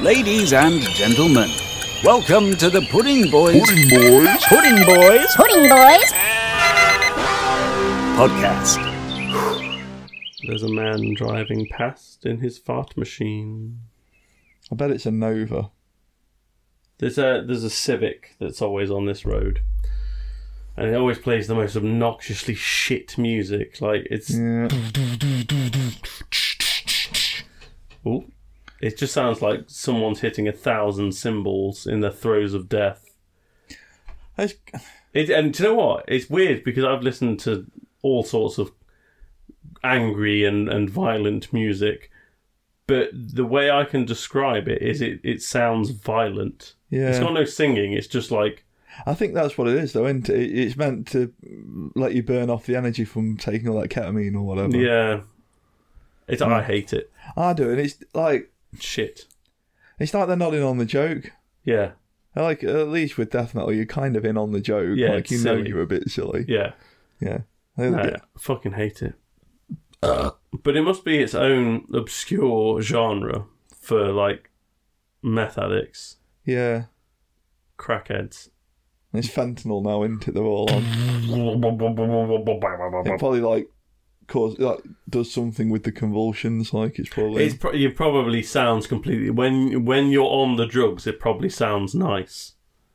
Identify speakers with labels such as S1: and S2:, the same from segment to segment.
S1: Ladies and gentlemen, welcome to the Pudding Boys.
S2: Pudding boys.
S1: Pudding Boys
S3: Pudding Boys.
S1: podcast.
S4: There's a man driving past in his fart machine.
S2: I bet it's a Nova.
S4: There's a there's a Civic that's always on this road, and it always plays the most obnoxiously shit music. Like it's
S2: Yeah.
S4: Ooh. it just sounds like someone's hitting a thousand cymbals in the throes of death.
S2: It's,
S4: It and do you know what? It's weird because I've listened to all sorts of angry and, and violent music, but the way I can describe it is it, it sounds violent. It's
S2: yeah.
S4: got no singing. It's just like
S2: I think that's what it is, though, isn't it? It's meant to let you burn off the energy from taking all that ketamine or whatever.
S4: yeah. It's I hate it.
S2: I do, and it's like
S4: Shit.
S2: it's like they're not in on the joke.
S4: Yeah.
S2: Like at least with death metal, you're kind of in on the joke.
S4: Yeah,
S2: like
S4: it's
S2: you know
S4: silly.
S2: you're a bit silly.
S4: Yeah.
S2: Yeah. They're
S4: No,
S2: good.
S4: I fucking hate it. But it must be its own obscure genre for like meth addicts,
S2: yeah.
S4: crackheads.
S2: It's fentanyl now, isn't it? They're all on. It probably like cause like does something with the convulsions. Like it's probably
S4: It's pro- it probably sounds completely when when you're on the drugs, it probably sounds nice,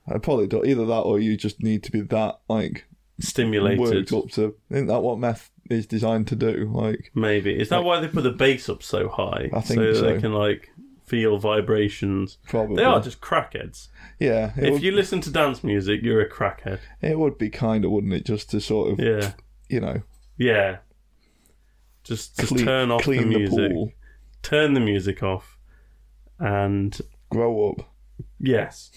S2: I probably do either that or you just need to be that like
S4: stimulated.
S2: worked up to. Isn't that what meth is designed to do? Like
S4: Maybe is that why they put the bass up so high?
S2: I think
S4: so,
S2: so.
S4: they can like feel vibrations.
S2: probably
S4: They are just crackheads.
S2: yeah. It,
S4: If
S2: would,
S4: you listen to dance music, you're a crackhead.
S2: it would be kind of wouldn't it just to sort of
S4: Yeah.
S2: you know
S4: Yeah. Just, just
S2: clean,
S4: turn off
S2: clean
S4: the
S2: the,
S4: music.
S2: pool,
S4: Turn the music off. And
S2: grow up.
S4: yes,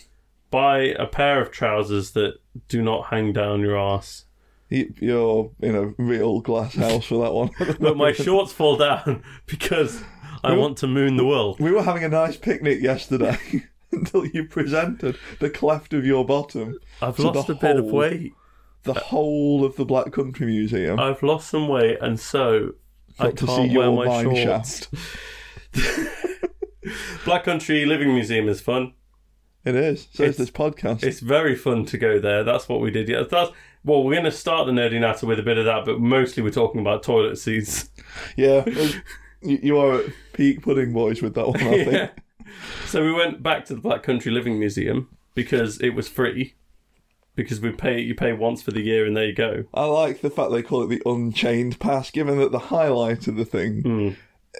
S4: buy a pair of trousers that do not hang down your ass.
S2: You- You're in a real glass house for that one.
S4: But my shorts fall down because I want to moon the world.
S2: we were having a nice picnic yesterday until you presented the cleft of your bottom,
S4: I've
S2: So
S4: lost
S2: the
S4: a bit of
S2: whole-
S4: weight.
S2: the whole of the Black Country Museum.
S4: I've lost some weight, and so I
S2: Got to see
S4: can't wear my
S2: your mine
S4: shorts. Black Country Living Museum is fun.
S2: it is. So
S4: It's-
S2: is this podcast.
S4: It's very fun to go there. That's what we did. Yeah, that's well, we're going to start the nerdy natter with a bit of that, but mostly we're talking about toilet seats.
S2: Yeah, it was- you, you are at peak pudding boys with that one. I think.
S4: yeah. So we went back to the Black Country Living Museum because it was free. Because we pay, you pay once for the year, and there you go.
S2: I like the fact they call it the Unchained Pass, given that the highlight of the thing,
S4: Hmm.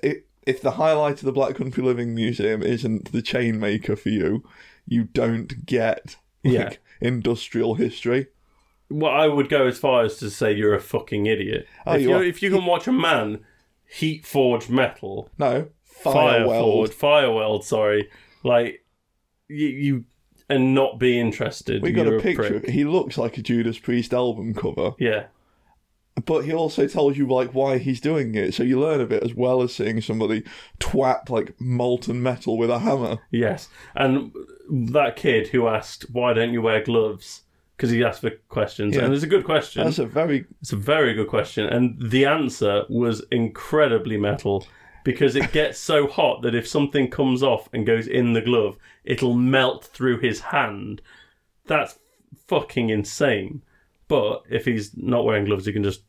S2: i- if the highlight of the Black Country Living Museum isn't the chain maker for you, you don't get like,
S4: Yeah.
S2: industrial history.
S4: Well, I would go as far as to say you're a fucking idiot.
S2: Oh,
S4: if
S2: you
S4: you
S2: are.
S4: if you can watch a man heat forge metal,
S2: No,
S4: fire
S2: Fireweld.
S4: forge, fire weld, sorry, like you, you and not be interested.
S2: We got
S4: you're
S2: a picture.
S4: prick.
S2: of He looks like a Judas Priest album cover,
S4: Yeah.
S2: but he also tells you like why he's doing it, so you learn a bit as well as seeing somebody twat like molten metal with a hammer.
S4: Yes, and that kid who asked, "Why don't you wear gloves?" because he asked for questions,
S2: Yeah.
S4: and it's a good question.
S2: That's a very
S4: It's a very good question, and the answer was incredibly metal because it gets so hot that if something comes off and goes in the glove, it'll melt through his hand. That's fucking insane. But if he's not wearing gloves, he can just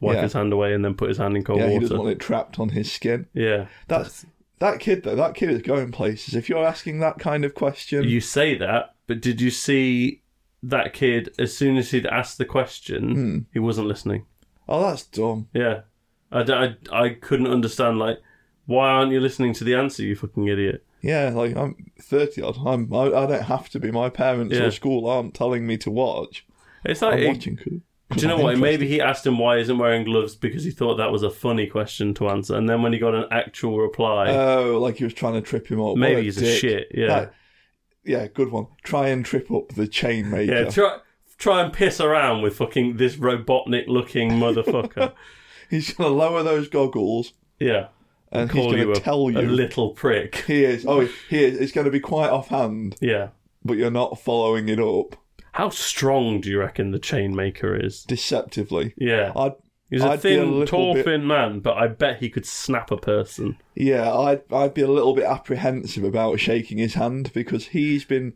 S4: wipe
S2: Yeah.
S4: his hand away and then put his hand in cold
S2: yeah. He
S4: water.
S2: doesn't want it trapped on his skin.
S4: yeah,
S2: That's that kid though. That kid is going places. If you're asking that kind of question,
S4: You say that, but did you see that kid as soon as he'd asked the question,
S2: Hmm.
S4: he wasn't listening?
S2: oh, that's dumb.
S4: Yeah. I, d- I- I couldn't understand, like, why aren't you listening to the answer, you fucking idiot?
S2: Yeah, like I'm thirty odd. I'm. I, I don't have to be. My parents
S4: Yeah.
S2: or school aren't telling me to watch.
S4: It's
S2: I'm
S4: like, it-
S2: watching. 'cause-
S4: do you know
S2: I'm
S4: what?
S2: interested.
S4: Maybe he asked him why he isn't wearing gloves because he thought that was a funny question to answer. And then when he got an actual reply,
S2: Oh, like he was trying to trip him up.
S4: maybe
S2: What
S4: he's a
S2: dick.
S4: shit. Yeah.
S2: That- yeah, good one. Try and trip up the chain maker.
S4: yeah. Try, try and piss around with fucking this Robotnik looking motherfucker.
S2: he's gonna lower those goggles
S4: yeah.
S2: and he's
S4: Call
S2: gonna
S4: you a,
S2: tell
S4: a
S2: you.
S4: little prick.
S2: he is. Oh, he is. It's going to be quite offhand,
S4: Yeah.
S2: but you're not following it up
S4: How strong do you reckon the chainmaker is?
S2: deceptively.
S4: Yeah,
S2: I'd
S4: He's a
S2: I'd be a
S4: thin,
S2: little
S4: tall,
S2: bit-
S4: thin man, but I bet he could snap a person.
S2: Yeah, I'd I'd be a little bit apprehensive about shaking his hand because he's been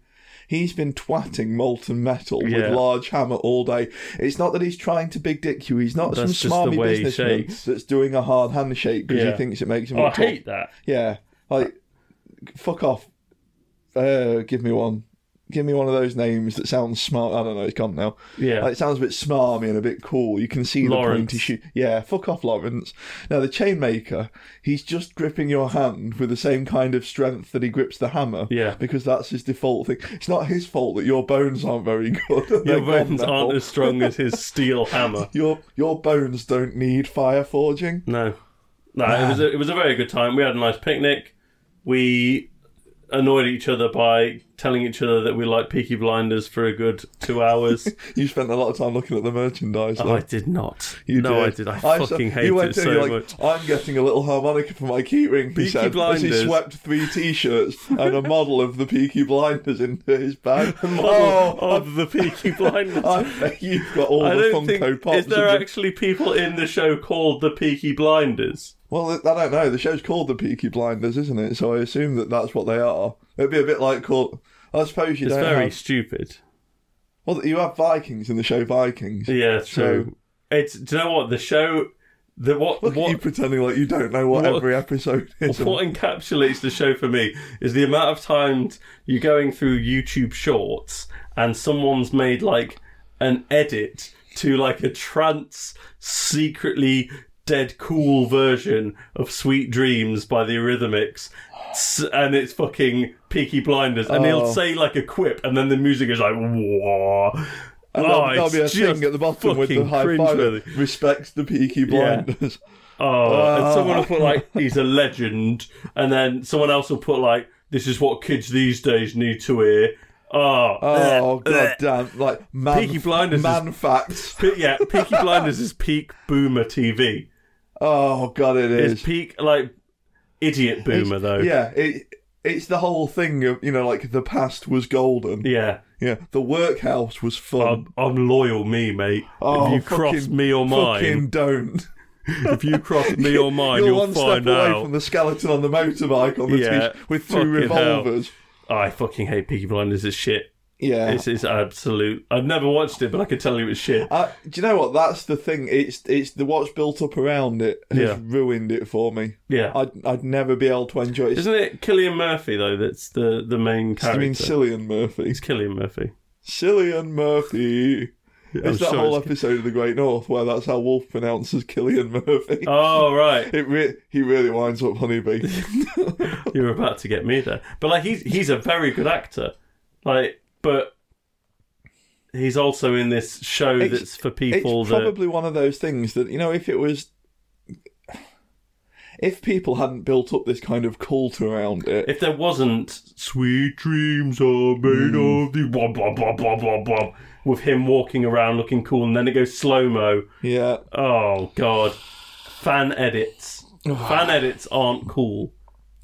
S2: he's been twatting molten metal
S4: Yeah.
S2: with large hammer all day. It's not that he's trying to big dick you. He's not
S4: That's
S2: some
S4: just the
S2: smarmy
S4: way he
S2: businessman
S4: shakes.
S2: that's doing a hard handshake because
S4: Yeah.
S2: he thinks it makes him.
S4: Oh, I
S2: look tough.
S4: hate that.
S2: Yeah, like fuck off. Uh, give me one. Give me one of those names that sounds smart. I don't know. It's gone now.
S4: Yeah.
S2: Like, it sounds a bit smarmy and a bit cool. You can see
S4: Lawrence.
S2: the pointy shoe. Yeah, fuck off, Lawrence. Now, the chainmaker, he's just gripping your hand with the same kind of strength that he grips the hammer.
S4: Yeah.
S2: Because that's his default thing. It's not his fault that your bones aren't very good. They're
S4: Your
S2: gone
S4: bones
S2: now.
S4: aren't as strong as his steel hammer.
S2: Your, your bones don't need fire forging.
S4: No, no. It was a, it was a very good time. We had a nice picnic. We annoyed each other by telling each other that we like Peaky Blinders for a good two hours.
S2: You spent a lot of time looking at the merchandise.
S4: Oh,
S2: though.
S4: I did not.
S2: You
S4: no,
S2: did.
S4: I did. I,
S2: saw-
S4: fucking
S2: you
S4: hate
S2: went
S4: it
S2: to,
S4: so
S2: you're like,
S4: much.
S2: I'm getting a little harmonica for my key ring. He
S4: Peaky
S2: said as
S4: Blinders.
S2: he swept three t-shirts and a model of the Peaky Blinders into his bag.
S4: Model
S2: oh,
S4: of the Peaky Blinders.
S2: I bet you've got all
S4: I
S2: the
S4: don't
S2: Funko
S4: think
S2: Pops.
S4: is there
S2: of the-
S4: actually people in the show called the Peaky Blinders.
S2: Well, I don't know. The show's called the Peaky Blinders, isn't it? So I assume that that's what they are. It'd be a bit like called. I suppose you
S4: It's
S2: don't
S4: very
S2: have.
S4: stupid.
S2: Well, you have Vikings in the show Vikings.
S4: Yeah,
S2: So-
S4: true. It's do you know what the show, the what
S2: Look
S4: what
S2: at you pretending like you don't know what,
S4: What-
S2: every episode is.
S4: what encapsulates the show for me is the amount of times you're going through YouTube Shorts and someone's made like an edit to like a trance secretly dead cool version of Sweet Dreams by the Eurythmics S- and it's fucking Peaky Blinders and
S2: Oh.
S4: he'll say like a quip and then the music is like wah
S2: And
S4: Oh,
S2: there'll, there'll be a
S4: it's just
S2: thing at the bottom with the
S4: fucking
S2: high five.
S4: cringeworthy.
S2: that Respects the Peaky
S4: Yeah.
S2: Blinders.
S4: Oh, and
S2: Ah.
S4: someone will put like he's a legend, and then someone else will put like this is what kids these days need to hear. Oh,
S2: Oh
S4: bleh,
S2: god
S4: bleh.
S2: damn! Like man,
S4: Peaky Blinders
S2: man facts.
S4: Pe- yeah, Peaky Blinders is peak boomer TV.
S2: Oh god, it
S4: It's
S2: is.
S4: peak like idiot boomer though.
S2: yeah, it it's the whole thing of you know like the past was golden. Yeah,
S4: yeah.
S2: the workhouse was fun.
S4: I'm, I'm loyal, me mate.
S2: oh,
S4: if you
S2: fucking-
S4: cross me or
S2: Fucking
S4: mine,
S2: don't.
S4: if you cross me or mine,
S2: You're
S4: you'll
S2: one
S4: find
S2: step away
S4: out.
S2: from the skeleton on the motorbike on the
S4: Yeah,
S2: t- with two
S4: fucking hell.
S2: revolvers.
S4: Oh, I fucking hate Peaky Blinders. It's shit.
S2: Yeah,
S4: It's, it's absolute. I've never watched it, but I can tell you it's shit.
S2: Uh, do you know what? That's the thing. It's it's the what's built up around it has
S4: Yeah.
S2: ruined it for me.
S4: Yeah.
S2: I'd I'd never be able to enjoy it.
S4: Isn't it Killian Murphy though? That's the the main
S2: I
S4: character.
S2: mean, Cillian Murphy.
S4: it's Killian Murphy.
S2: Cillian Murphy. It's that
S4: sure
S2: whole
S4: it's-
S2: episode of The Great North where that's how Wolf pronounces Killian Murphy.
S4: Oh right,
S2: It re- he really winds up Honeybee.
S4: you were about to get me there. But like he's he's a very good actor. Like, but he's also in this show
S2: It's-
S4: that's for
S2: it's
S4: people that
S2: probably one of those things that you know if it was. If people hadn't built up this kind of cult around it,
S4: if there wasn't sweet dreams are made
S2: Mm.
S4: of the blah blah blah blah blah blah with him walking around looking cool and then it goes slow mo.
S2: yeah,
S4: Oh god, fan edits. fan edits aren't cool.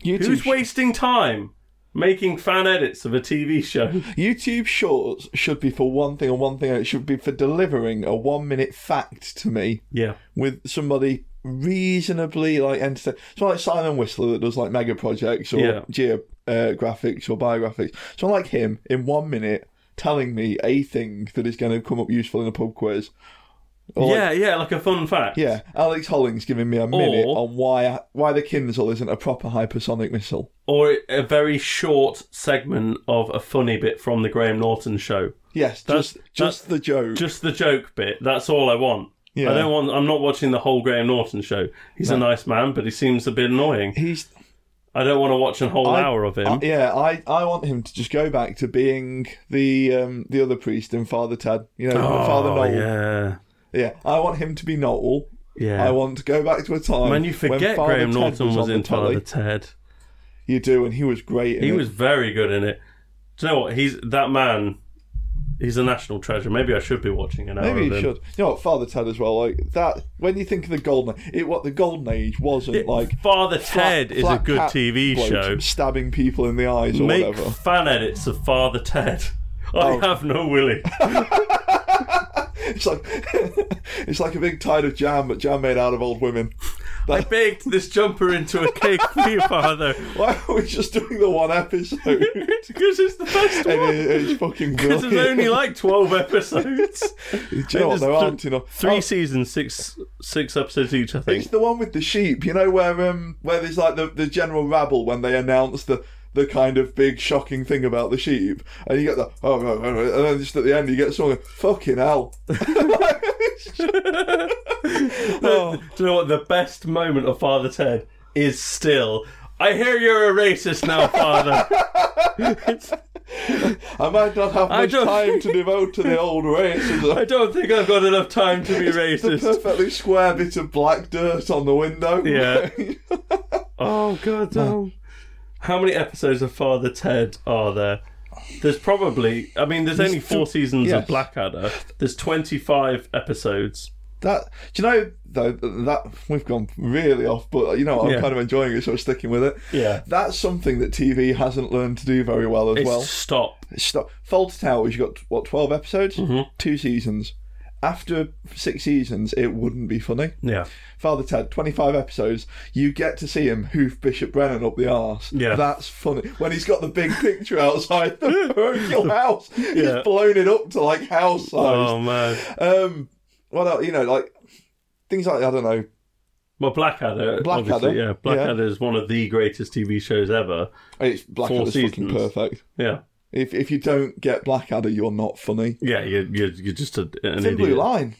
S2: YouTube
S4: Who's
S2: sh-
S4: wasting time making fan edits of a TV show?
S2: YouTube Shorts should be for one thing and one thing. It should be for delivering a one-minute fact to me
S4: Yeah.
S2: with somebody reasonably like entertain. Someone like Simon Whistler that does like mega projects or
S4: Yeah.
S2: geographics or biographics. Someone like him in one minute telling me a thing that is going to come up useful in a pub quiz. Or like-
S4: yeah, yeah, like a fun fact.
S2: yeah. Alex Hollings giving me a minute
S4: Or-
S2: on why why the Kinzel isn't a proper hypersonic missile.
S4: Or a very short segment of a funny bit from the Graham Norton show.
S2: Yes,
S4: That's-
S2: just just the joke.
S4: Just the joke bit. That's all I want.
S2: Yeah.
S4: I don't want I'm not watching the whole Graham Norton show. He's a nice man, but he seems a bit annoying.
S2: He's
S4: I don't want to watch a whole
S2: I-
S4: hour of him.
S2: Uh, yeah, I, I want him to just go back to being the um, the other priest in Father Tad. You know, Father
S4: oh,
S2: Noel. Yeah.
S4: yeah.
S2: I want him to be Noel.
S4: Yeah.
S2: I want to go back to a time
S4: when you forget
S2: Father
S4: Graham
S2: Ted
S4: Norton was,
S2: on the
S4: in Father
S2: telly.
S4: Ted.
S2: You do, and he was great. In
S4: He
S2: it.
S4: was very good in it. Do you know what? He's that man. He's a national treasure. Maybe I should be watching an hour
S2: Maybe
S4: of
S2: you
S4: him.
S2: should. You know what, Father Ted as well. Like that. When you think of the golden, it what the golden age wasn't like.
S4: Father
S2: flat-
S4: Ted is
S2: flat
S4: a good
S2: cap
S4: TV
S2: blokes
S4: show.
S2: Stabbing people in the eyes or
S4: Make
S2: whatever. Oh.
S4: fan edits of Father Ted. I have no willy.
S2: It's like it's like a big tide of jam, but jam made out of old women.
S4: I baked this jumper into a cake for you, Father,
S2: Why are we just doing the one episode?
S4: because it's the best
S2: And
S4: one.
S2: it- it's fucking
S4: Because there's
S2: brilliant.
S4: only like twelve episodes.
S2: Do you know
S4: There's
S2: what? There
S4: th-
S2: aren't enough.
S4: Three
S2: Oh,
S4: seasons, six six episodes each, I
S2: it's
S4: think.
S2: the one with the sheep. You know where um where there's like the, the general rabble when they announce the the kind of big shocking thing about the sheep, and you get the oh, oh, oh, oh," and then just at the end you get someone going, fucking hell. Oh,
S4: Do you know what? The best moment of Father Ted is still. I hear you're a racist now, Father.
S2: I might not have
S4: I
S2: much
S4: don't-
S2: time to devote to the old racism.
S4: I don't think I've got enough time to be
S2: the
S4: racist.
S2: perfectly square bit of black dirt on the window.
S4: Yeah. Oh god, no. How many episodes of Father Ted are there? There's probably, I mean, there's only four seasons
S2: yes.
S4: of Blackadder. There's 25 episodes.
S2: that do you know though that we've gone really off, but you know I'm
S4: Yeah.
S2: kind of enjoying it, so I'm sticking with it.
S4: Yeah.
S2: That's something that TV hasn't learned to do very well as
S4: It's
S2: well.
S4: stop.
S2: Stop. Faulty Towers, you got what twelve episodes,
S4: Mm-hmm.
S2: two seasons. After six seasons, it wouldn't be funny.
S4: Yeah.
S2: Father Ted, 25 episodes, you get to see him hoof Bishop Brennan up the arse.
S4: Yeah.
S2: That's funny. When he's got the big picture outside the parochial house,
S4: Yeah.
S2: he's blown it up to like house size.
S4: Oh man.
S2: Um, what else, you know, like things like, I don't know,
S4: Well, Blackadder.
S2: Blackadder,
S4: obviously,
S2: yeah.
S4: Yeah. Blackadder is one of the greatest TV shows ever.
S2: it's Blackadder's fucking
S4: seasons.
S2: perfect.
S4: Yeah.
S2: If, if you don't get Blackadder, you're not funny.
S4: Yeah. You're you're, you're just a, an
S2: Thin
S4: idiot.
S2: Blue Line.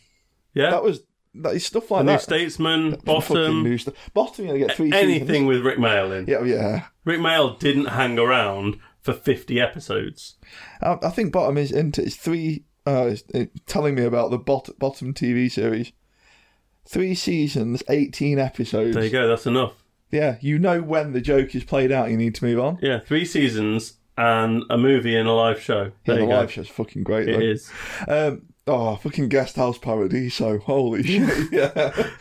S4: Yeah.
S2: That was, that is stuff like
S4: New
S2: that.
S4: Statesman.
S2: Fucking
S4: Bottom.
S2: new stuff. Bottom, you get three
S4: Anything
S2: seasons.
S4: with Rick Mail in.
S2: Yeah, oh, yeah.
S4: Rick Mail didn't hang around for 50 episodes.
S2: I, I think bottom is into it's three. Uh, it's, it, telling me about the bot, bottom TV series, three seasons, eighteen episodes.
S4: There you go. That's enough.
S2: Yeah, you know when the joke is played out, you need to move on.
S4: Yeah, three seasons and a movie and a live show. There
S2: yeah, the
S4: you go.
S2: live show's fucking great.
S4: It is.
S2: though. Um, oh, fucking guest house paradiso! Holy shit! Yeah,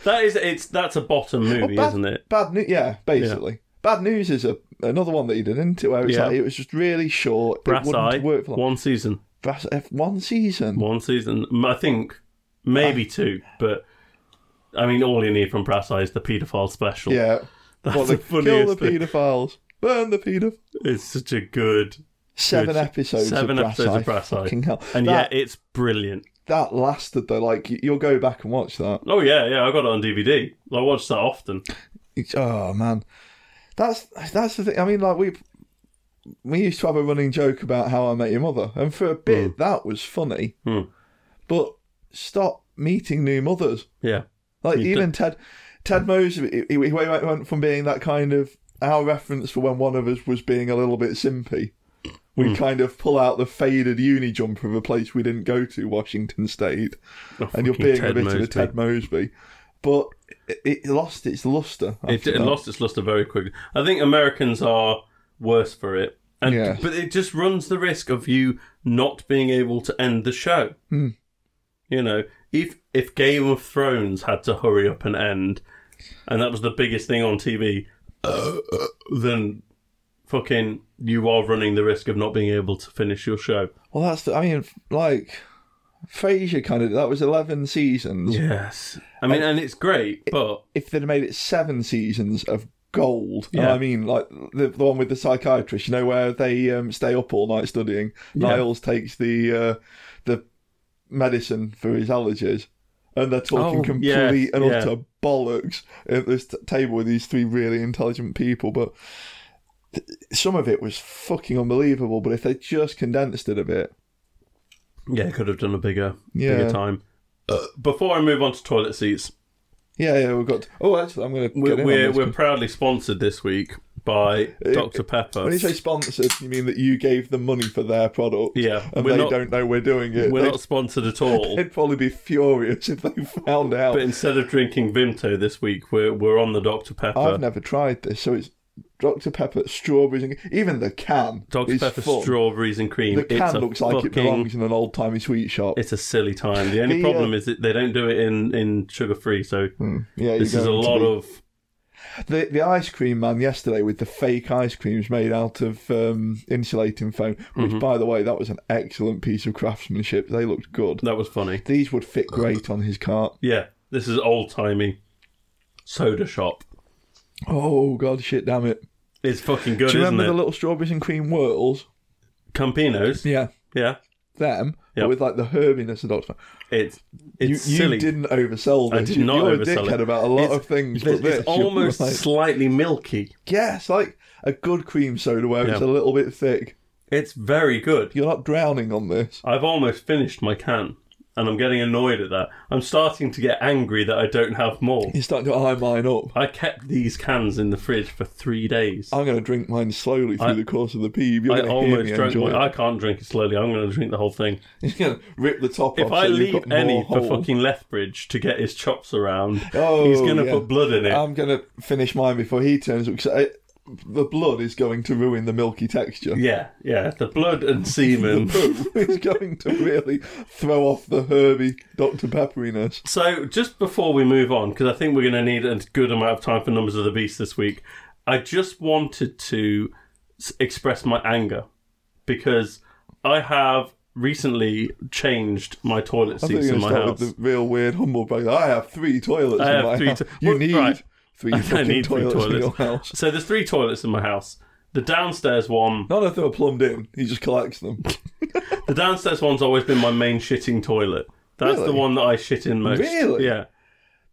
S4: That is. It's that's a bottom movie,
S2: bad,
S4: isn't it?
S2: Bad news. Yeah, basically. Bad news is a, another one that he did into where it's
S4: Yeah.
S2: like it was just really short. it
S4: Brass
S2: wouldn't
S4: Eye.
S2: work for long.
S4: One season.
S2: Brass F one season.
S4: One season. M- I think maybe two, but I mean, all you need from Brass Eye is the paedophile special.
S2: Yeah,
S4: that's
S2: What,
S4: the
S2: they kill the
S4: funniest thing.
S2: paedophiles, burn the paedophiles.
S4: It's such a good
S2: Seven
S4: Good.
S2: episodes.
S4: seven
S2: of
S4: episodes of
S2: Brass
S4: Brass Eye,
S2: Fucking hell.
S4: and
S2: that,
S4: yeah, it's brilliant.
S2: that lasted though. Like you- you'll go back and watch that.
S4: Oh yeah, yeah, I got it on DVD. I watch that often.
S2: It's- oh man, that's that's the thing. I mean, like we we used to have a running joke about how I met your mother, and for a bit that was funny.
S4: Hmm.
S2: But stop meeting new mothers.
S4: Yeah,
S2: Like
S4: You Hmm.
S2: even Ted Ted Mose, he, he he went from being that kind of our reference for when one of us was being a little bit simpy. We
S4: Hmm.
S2: kind of pull out the faded uni jumper of a place we didn't go to, Washington State,
S4: Oh,
S2: and you're
S4: fucking
S2: being a
S4: Ted
S2: bit of a
S4: Mosby.
S2: Ted Mosby. But it, it lost its luster.
S4: It,
S2: after
S4: it
S2: that.
S4: lost its luster very quickly. I think Americans are worse for it, and
S2: Yeah.
S4: but it just runs the risk of you not being able to end the show.
S2: Hmm.
S4: You know, if if Game of Thrones had to hurry up and end, and that was the biggest thing on TV, then fucking you are running the risk of not being able to finish your show.
S2: Well, that's the, I mean, like Frasier kind of that was eleven seasons.
S4: Yes, I mean, and it's great, but
S2: If they'd made it seven seasons of gold, and
S4: Yeah.
S2: I mean, like the, the one with the psychiatrist, you know, where they um, stay up all night studying. Niles takes the uh, the medicine for his allergies. And they're talking
S4: Oh,
S2: complete
S4: yes,
S2: and
S4: yeah.
S2: utter bollocks at this t- table with these three really intelligent people. But th- some of it was fucking unbelievable. But if they just condensed it a bit,
S4: yeah, could have done a bigger,
S2: Yeah.
S4: bigger time. Before I move on to toilet seats,
S2: yeah, yeah, we've got. oh, actually, I'm going to.
S4: We're we're,
S2: this
S4: we're proudly sponsored this week by Dr Pepper.
S2: When you say sponsored, you mean that you gave them money for their product.
S4: Yeah,
S2: And
S4: we're
S2: they
S4: not-
S2: don't know we're doing it.
S4: We're
S2: they'd,
S4: not sponsored at all,
S2: they'd probably be furious if they found out.
S4: but instead of drinking Vimto this week, we're we're on the Dr Pepper.
S2: I've never tried this, so it's Dr. Pepper, strawberries, and even the can.
S4: Dr
S2: is
S4: Pepper
S2: fun.
S4: strawberries and cream.
S2: The can
S4: a
S2: looks like it
S4: fucking-
S2: belongs in an old timey sweet shop.
S4: It's a silly time. The only
S2: The, uh,
S4: problem is that they don't do it in in sugar free. So
S2: Hmm. yeah,
S4: this
S2: you're
S4: is a
S2: going to
S4: lot
S2: be-
S4: of
S2: The the ice cream man yesterday with the fake ice creams made out of um, insulating foam, which
S4: Mm-hmm.
S2: by the way, that was an excellent piece of craftsmanship. They looked good.
S4: That was funny.
S2: These would fit great on his cart.
S4: Yeah, this is old timey soda shop.
S2: Oh god, shit, damn it!
S4: It's fucking good,
S2: Do you
S4: isn't
S2: remember
S4: it?
S2: the little strawberries and cream whirls?
S4: Campinos.
S2: Yeah,
S4: Yeah,
S2: them, but
S4: Yep.
S2: with like the herbiness of Dr.
S4: it's
S2: You,
S4: it's
S2: you
S4: silly.
S2: didn't oversell
S4: I
S2: this.
S4: did
S2: You-
S4: not
S2: You're a
S4: oversell
S2: dickhead
S4: it.
S2: about a lot
S4: It's-
S2: of things,
S4: It's,
S2: but this,
S4: it's
S2: you were
S4: almost
S2: like,
S4: slightly milky.
S2: yes, like a good cream soda where it's a
S4: Yeah.
S2: little bit thick.
S4: It's very good.
S2: You're not drowning on this.
S4: I've almost finished my can, and I'm getting annoyed at that. I'm starting to get angry that I don't have more.
S2: You're starting to eye mine up.
S4: I kept these cans in the fridge for three days.
S2: I'm going to drink mine slowly through
S4: I-
S2: the course of the peeve. Oh, You're
S4: I
S2: going to hear
S4: almost
S2: me
S4: drank
S2: enjoy
S4: one.
S2: it.
S4: I can't drink it slowly. I'm going to drink the whole thing.
S2: You're going to rip the top
S4: If
S2: off.
S4: I
S2: so you've
S4: leave
S2: got
S4: any
S2: more
S4: for
S2: hole.
S4: fucking Lethbridge to get his chops around,
S2: Oh,
S4: he's going to
S2: yeah. Um,
S4: put blood in it.
S2: I'm going to finish mine before he turns up. 'cause I, the blood is going to ruin the milky texture.
S4: yeah, yeah. The blood and
S2: The
S4: semen.
S2: poo is going to really throw off the herby Dr. Pepperiness.
S4: So, just before we move on, because I think we're going to need a good amount of time for Numbers of the Beast this week, I just wanted to s- express my anger because I have recently changed my toilet
S2: I think
S4: seats
S2: you're
S4: in
S2: gonna
S4: my
S2: start
S4: house.
S2: with the real weird humble brag. I have three toilets
S4: I
S2: in
S4: have
S2: my
S4: three
S2: house.
S4: to-
S2: you
S4: Well,
S2: need
S4: right.
S2: three
S4: I
S2: fucking
S4: need three
S2: toilets, in
S4: toilets.
S2: your house.
S4: So, there's three toilets in my house. The downstairs one,
S2: None of them are plumbed in. He just collects them.
S4: the downstairs one's always been my main shitting toilet. That's the
S2: Really?
S4: one that I shit in most.
S2: Really?
S4: Yeah.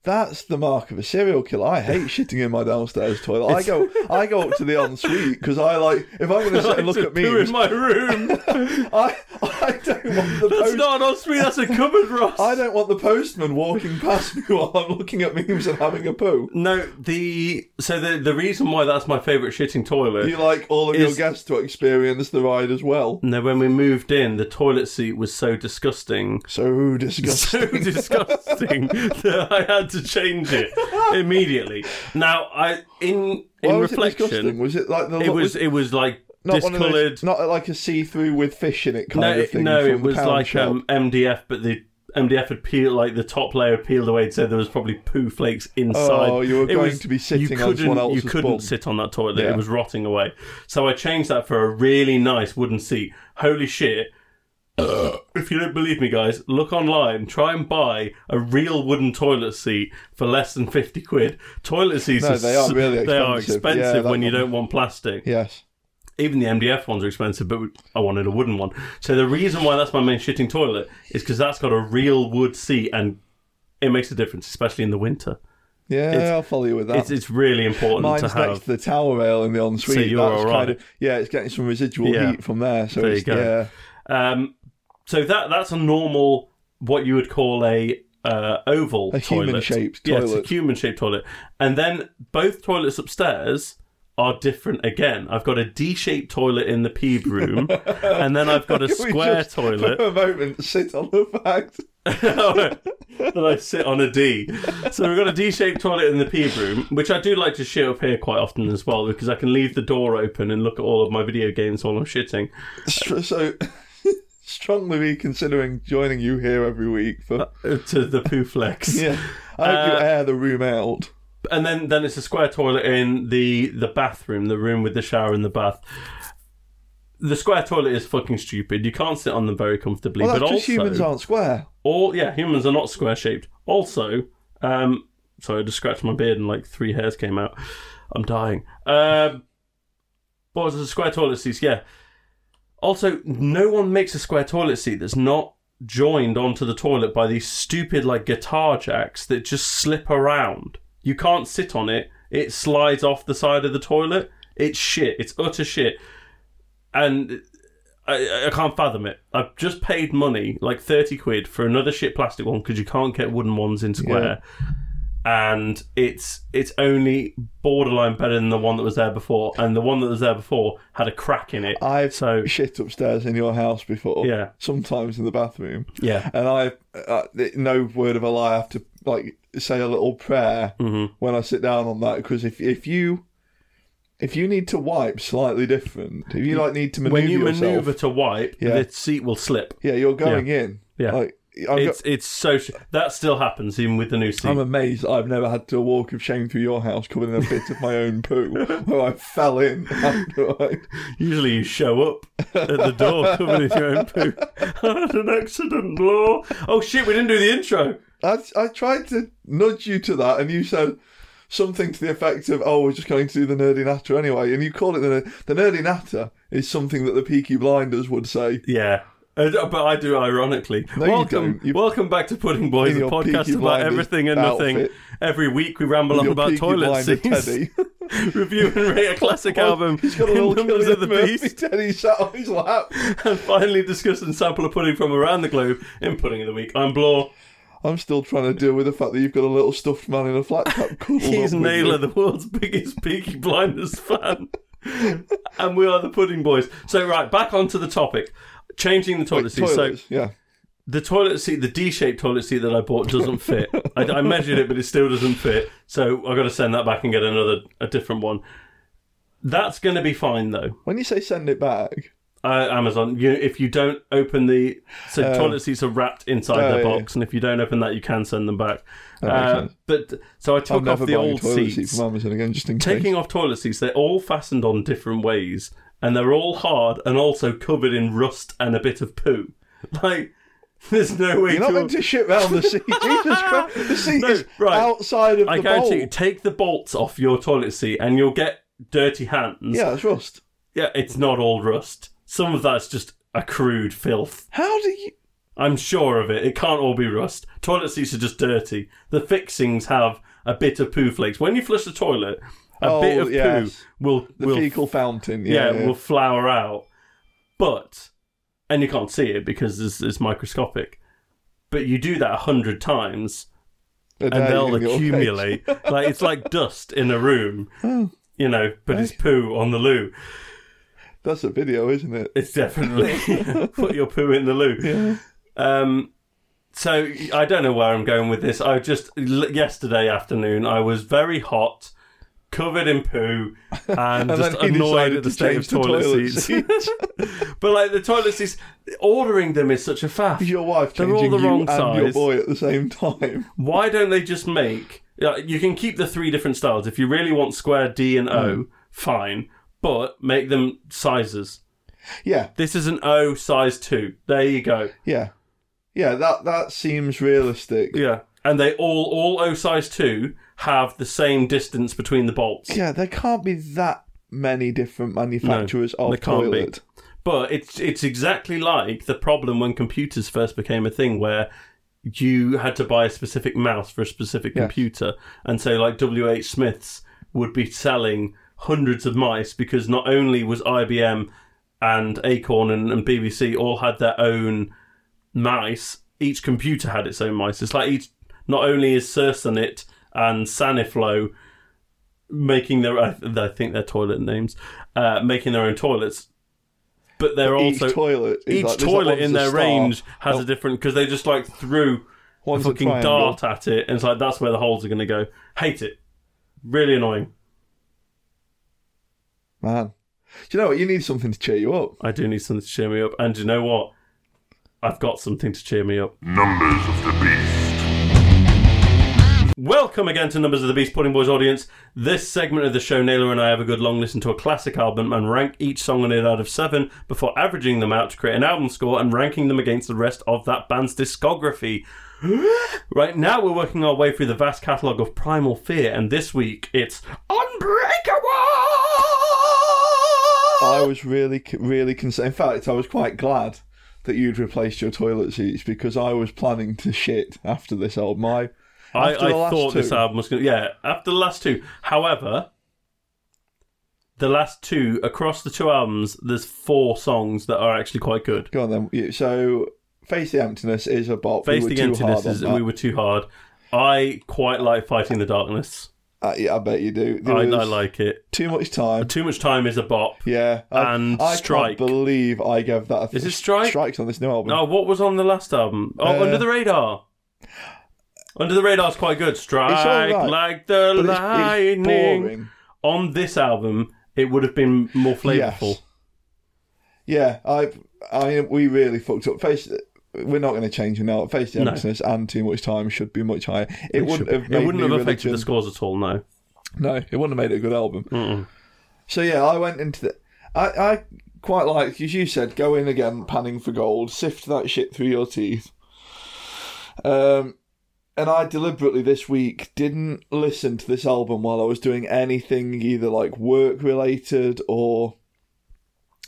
S2: That's the mark of a serial killer. I hate shitting in my downstairs toilet. I go, I go up to the ensuite because I like. If I'm going to sit and look
S4: Just
S2: at
S4: poo
S2: memes,
S4: in my room.
S2: I, I don't want the
S4: That's
S2: post.
S4: not an ensuite. That's a cupboard, Ross.
S2: I don't want the postman walking past me while I'm looking at memes and having a poo.
S4: No, the so the the reason why that's my favourite shitting toilet.
S2: You like all of your
S4: Is-
S2: guests to experience the ride as well.
S4: No, when we moved in, the toilet seat was so disgusting,
S2: So
S4: so
S2: disgusting.
S4: disgusting that I had to change it immediately. Now, I in in
S2: Why was it disgusting?
S4: reflection,
S2: Was it like the
S4: it,
S2: lo-
S4: was it was like
S2: not one of those-
S4: discoloured.
S2: not like a see-through with fish in it kind
S4: No,
S2: of
S4: it-
S2: thing.
S4: no,
S2: from
S4: it
S2: the
S4: was
S2: pound
S4: like
S2: shop.
S4: um, MDF, but the MDF had peeled like the top layer had peeled away, so there was probably poo flakes inside.
S2: Oh, you were
S4: It
S2: going to be sitting
S4: you
S2: on someone
S4: couldn't-
S2: else's
S4: You couldn't
S2: bum.
S4: sit on that toilet;
S2: Yeah.
S4: it was rotting away. So I changed that for a really nice wooden seat. Holy shit! If you don't believe me, guys, look online. Try and buy a real wooden toilet seat for less than fifty quid. Toilet seats
S2: No,
S4: are
S2: they are
S4: s-
S2: really
S4: They are
S2: expensive. Yeah,
S4: expensive
S2: that
S4: when you
S2: one-
S4: don't want plastic
S2: yes.
S4: even the MDF ones are expensive, but I wanted a wooden one. So the reason why that's my main shitting toilet is because that's got a real wood seat and it makes a difference, especially in the winter.
S2: Yeah,
S4: It's-
S2: I'll follow you with that.
S4: It's, it's really important
S2: Mine's
S4: to
S2: Ah. next
S4: have.
S2: to the tower rail in the ensuite.
S4: So you're
S2: That's
S4: all right.
S2: kind of yeah, it's getting some residual
S4: Yeah.
S2: heat from there. So
S4: There you
S2: it's,
S4: go.
S2: yeah,
S4: Um, so that that's a normal, what you would call a uh, oval,
S2: A
S4: toilet.
S2: human-shaped
S4: Yeah, it's a
S2: toilet.
S4: human shaped toilet. And then both toilets upstairs are different again. I've got a D shaped toilet in the pee room, and then I've got a
S2: Can we
S4: square
S2: just,
S4: toilet.
S2: For a moment, sit on the fact.
S4: that I sit on a D. So we've got a D-shaped toilet in the pee room, which I do like to shit up here quite often as well because I can leave the door open and look at all of my video games while I'm shitting.
S2: Str- So strongly reconsidering joining you here every week for
S4: Uh, To the poo flex.
S2: yeah. I hope
S4: Uh,
S2: you air the room out.
S4: And then then it's a square toilet in the the bathroom, the room with the shower and the bath. The square toilet is fucking stupid. You can't sit on them very comfortably.
S2: Well,
S4: but
S2: that's
S4: also,
S2: just humans aren't square.
S4: all yeah, humans are not square shaped. Also, um, sorry, I just scratched my beard and like three hairs came out. I'm dying. Um, what was it? Square toilet seats. Yeah. Also, no one makes a square toilet seat that's not joined onto the toilet by these stupid like guitar jacks that just slip around. You can't sit on it. It slides off the side of the toilet. It's shit. It's utter shit. And uh, I, I can't fathom it. I've just paid money, like 30 quid, for another shit plastic one because you can't get wooden ones in square. And it's it's only borderline better than the one that was there before. And the one that was there before had a crack in it.
S2: I've
S4: so,
S2: shit upstairs in your house before.
S4: Yeah.
S2: Sometimes in the bathroom.
S4: yeah.
S2: And I, uh, no word of a lie, I have to like say a little prayer
S4: Mm-hmm.
S2: when I sit down on that because if if you if you need to wipe slightly different, if you like need to maneuver
S4: When you
S2: yourself,
S4: maneuver to wipe,
S2: Yeah.
S4: the seat will slip.
S2: yeah, you're going in.
S4: Yeah.
S2: Like I've got,
S4: It's it's so sh- that still happens even with the new seat.
S2: I'm amazed I've never had to do a walk of shame through your house covered in a bit of my own poo where I fell in after I
S4: Usually you show up at the door covered in your own poo. I had an accident, law. Oh shit, we didn't do the intro.
S2: I, I tried to nudge you to that, and you said something to the effect of, "Oh, we're just going to do the nerdy natter anyway." And you called it the the nerdy natter is something that the Peaky Blinders would say.
S4: Yeah. Uh, But I do ironically.
S2: No, you
S4: welcome,
S2: don't. You-
S4: welcome back to Pudding Boys,
S2: In
S4: a
S2: your Peaky
S4: podcast about
S2: Blinders
S4: everything and nothing.
S2: outfit.
S4: Every week we ramble on
S2: Your
S4: about
S2: Peaky
S4: toilet
S2: Blinder
S4: scenes,
S2: Teddy. Oh,
S4: review and rate a classic album,
S2: He's got a
S4: in
S2: little
S4: numbers
S2: Killian
S4: um, of the
S2: Murphy
S4: beast,
S2: Teddy sat on his lap.
S4: and finally discuss and sample a pudding from around the globe in Pudding of the Week. I'm Blore.
S2: I'm still trying to deal with the fact that you've got a little stuffed man in a flat cap cuddled
S4: He's
S2: up with you.
S4: Naylor, the world's biggest Peaky Blinders fan. and we are the Pudding Boys. So, right, back onto the topic. Changing the toilet seat. So,
S2: Toilets, yeah.
S4: the toilet seat, the D-shaped toilet seat that I bought doesn't fit. I, I measured it, but it still doesn't fit. So I got to send that back and get another, a different one. That's going to be fine though.
S2: When you say send it back,
S4: Uh, Amazon, you, if you don't open the, so
S2: Um,
S4: toilet seats are wrapped inside
S2: oh,
S4: their
S2: yeah,
S4: box, and if you don't open that, you can send them back.
S2: makes
S4: Uh,
S2: sense.
S4: but so I
S2: I'm
S4: took off
S2: Oh, never
S4: the
S2: buying
S4: old
S2: toilet
S4: seats.
S2: seat from Amazon again, just in case.
S4: Taking off toilet seats, they're all fastened on different ways, and they're all hard and also covered in rust and a bit of poo. Like, there's no way
S2: You're not
S4: to.
S2: meant to shit round the seat. Jesus Christ, the seat
S4: No,
S2: is
S4: right.
S2: outside of
S4: I
S2: the
S4: guarantee
S2: bowl.
S4: you, take the bolts off your toilet seat and you'll get dirty hands.
S2: Yeah, it's rust.
S4: Yeah, it's not all rust. Some of that's just accrued filth.
S2: How do you?
S4: I'm sure of it. It can't all be rust. Toilet seats are just dirty. The fixings have a bit of poo flakes. When you flush the toilet, a
S2: Oh,
S4: bit of
S2: yes.
S4: poo will
S2: The
S4: will
S2: fecal fountain.
S4: yeah,
S2: Yeah, yeah.
S4: will flower out. But and you can't see it because it's, it's microscopic. But you do that a hundred times,
S2: A
S4: and
S2: day
S4: they'll
S2: in your face.
S4: accumulate. like it's like dust in a room, you know. But it's poo on the loo.
S2: That's a video, isn't it?
S4: It's definitely put your poo in the loo. Um, so I don't know where I'm going with this. I just l- yesterday afternoon I was very hot, covered in poo, and,
S2: And
S4: just
S2: then he
S4: annoyed
S2: decided
S4: at the
S2: to
S4: state
S2: change
S4: of toilet, seats. but like the toilet seats, ordering them is such a faff.
S2: Your wife
S4: They're all
S2: changing
S4: the wrong
S2: you and your
S4: size.
S2: boy at the same time.
S4: Why don't they just make? yeah, You can keep the three different styles if you really want square D and O.
S2: Mm.
S4: Fine, but make them sizes.
S2: Yeah,
S4: This is an O size two. There you go.
S2: yeah, yeah. That that seems realistic. Yeah,
S4: Yeah, and they all all O size two have the same distance between the bolts,
S2: there can't be that many different manufacturers
S4: No,
S2: of
S4: there can't be.
S2: toilet.
S4: but it's it's exactly like the problem when computers first became a thing where you had to buy a specific mouse for a specific
S2: Yes.
S4: computer, and so like W H Smiths would be selling hundreds of mice because not only was IBM and Acorn and, and BBC all had their own mice. Each computer had its own mice. It's like each not only is Cersonet and Saniflow making their I I think their toilet names, uh, making their own toilets, but they're
S2: Each
S4: also
S2: toilet, is
S4: each
S2: like- there's not
S4: toilet
S2: one's
S4: in
S2: a
S4: their
S2: star,
S4: range has a different because they just like threw
S2: one's a
S4: fucking
S2: triangle.
S4: dart at it, and it's like that's where the holes are going to go. Hate it. Really annoying.
S2: Man, do you know what? You need something to cheer you up.
S4: I do need something to cheer me up, and you know what? I've got something to cheer me up.
S3: Numbers of the Beast.
S4: Welcome again to Numbers of the Beast, Pudding Boys audience. This segment of the show, Naylor and I have a good long listen to a classic album and rank each song on it out of seven before averaging them out to create an album score and ranking them against the rest of that band's discography. right now, we're working our way through the vast catalogue of Primal Fear, and this week it's Unbreakable!
S2: I was really, really concerned. In fact, I was quite glad that you'd replaced your toilet seats because I was planning to shit after this old my.
S4: I,
S2: After
S4: I
S2: the last
S4: thought this
S2: two.
S4: album was going to. Yeah, after the last two. However, the last two, across the two albums, there's four songs that are actually quite good.
S2: Go on then. You- So, face the emptiness is a bop.
S4: Faced
S2: we were
S4: again
S2: too
S4: to
S2: hard
S4: this
S2: on
S4: is
S2: that.
S4: we were too hard. I quite like Fighting the Darkness.
S2: Uh, yeah, I bet you do.
S4: I,
S2: There
S4: I
S2: was
S4: like it.
S2: too much time.
S4: Too much time is a bop.
S2: Yeah, I,
S4: And
S2: I
S4: Strike.
S2: can't believe I gave that. A
S4: Is it Strike?
S2: Strikes on this new album.
S4: Oh, what was on the last album? Oh,
S2: Uh,
S4: Under the Radar. Under the Radar's quite good. Strike
S2: alright,
S4: like the
S2: but it's, it's
S4: lightning.
S2: boring.
S4: on this album, it would have been more flavorful.
S2: Yes. Yeah, I, I mean, we really fucked up. Face, we're not going to change an out. Face the
S4: No.
S2: emphasis and too much time should be much higher. It, wouldn't have. Made
S4: It wouldn't
S2: New
S4: have affected
S2: Religion-
S4: the scores at all, no.
S2: No, it wouldn't have made it a good album. So yeah, I went into the. I, I quite like, as you said, go in again, panning for gold, sift that shit through your teeth. Um, and I deliberately this week didn't listen to this album while I was doing anything either like work related or,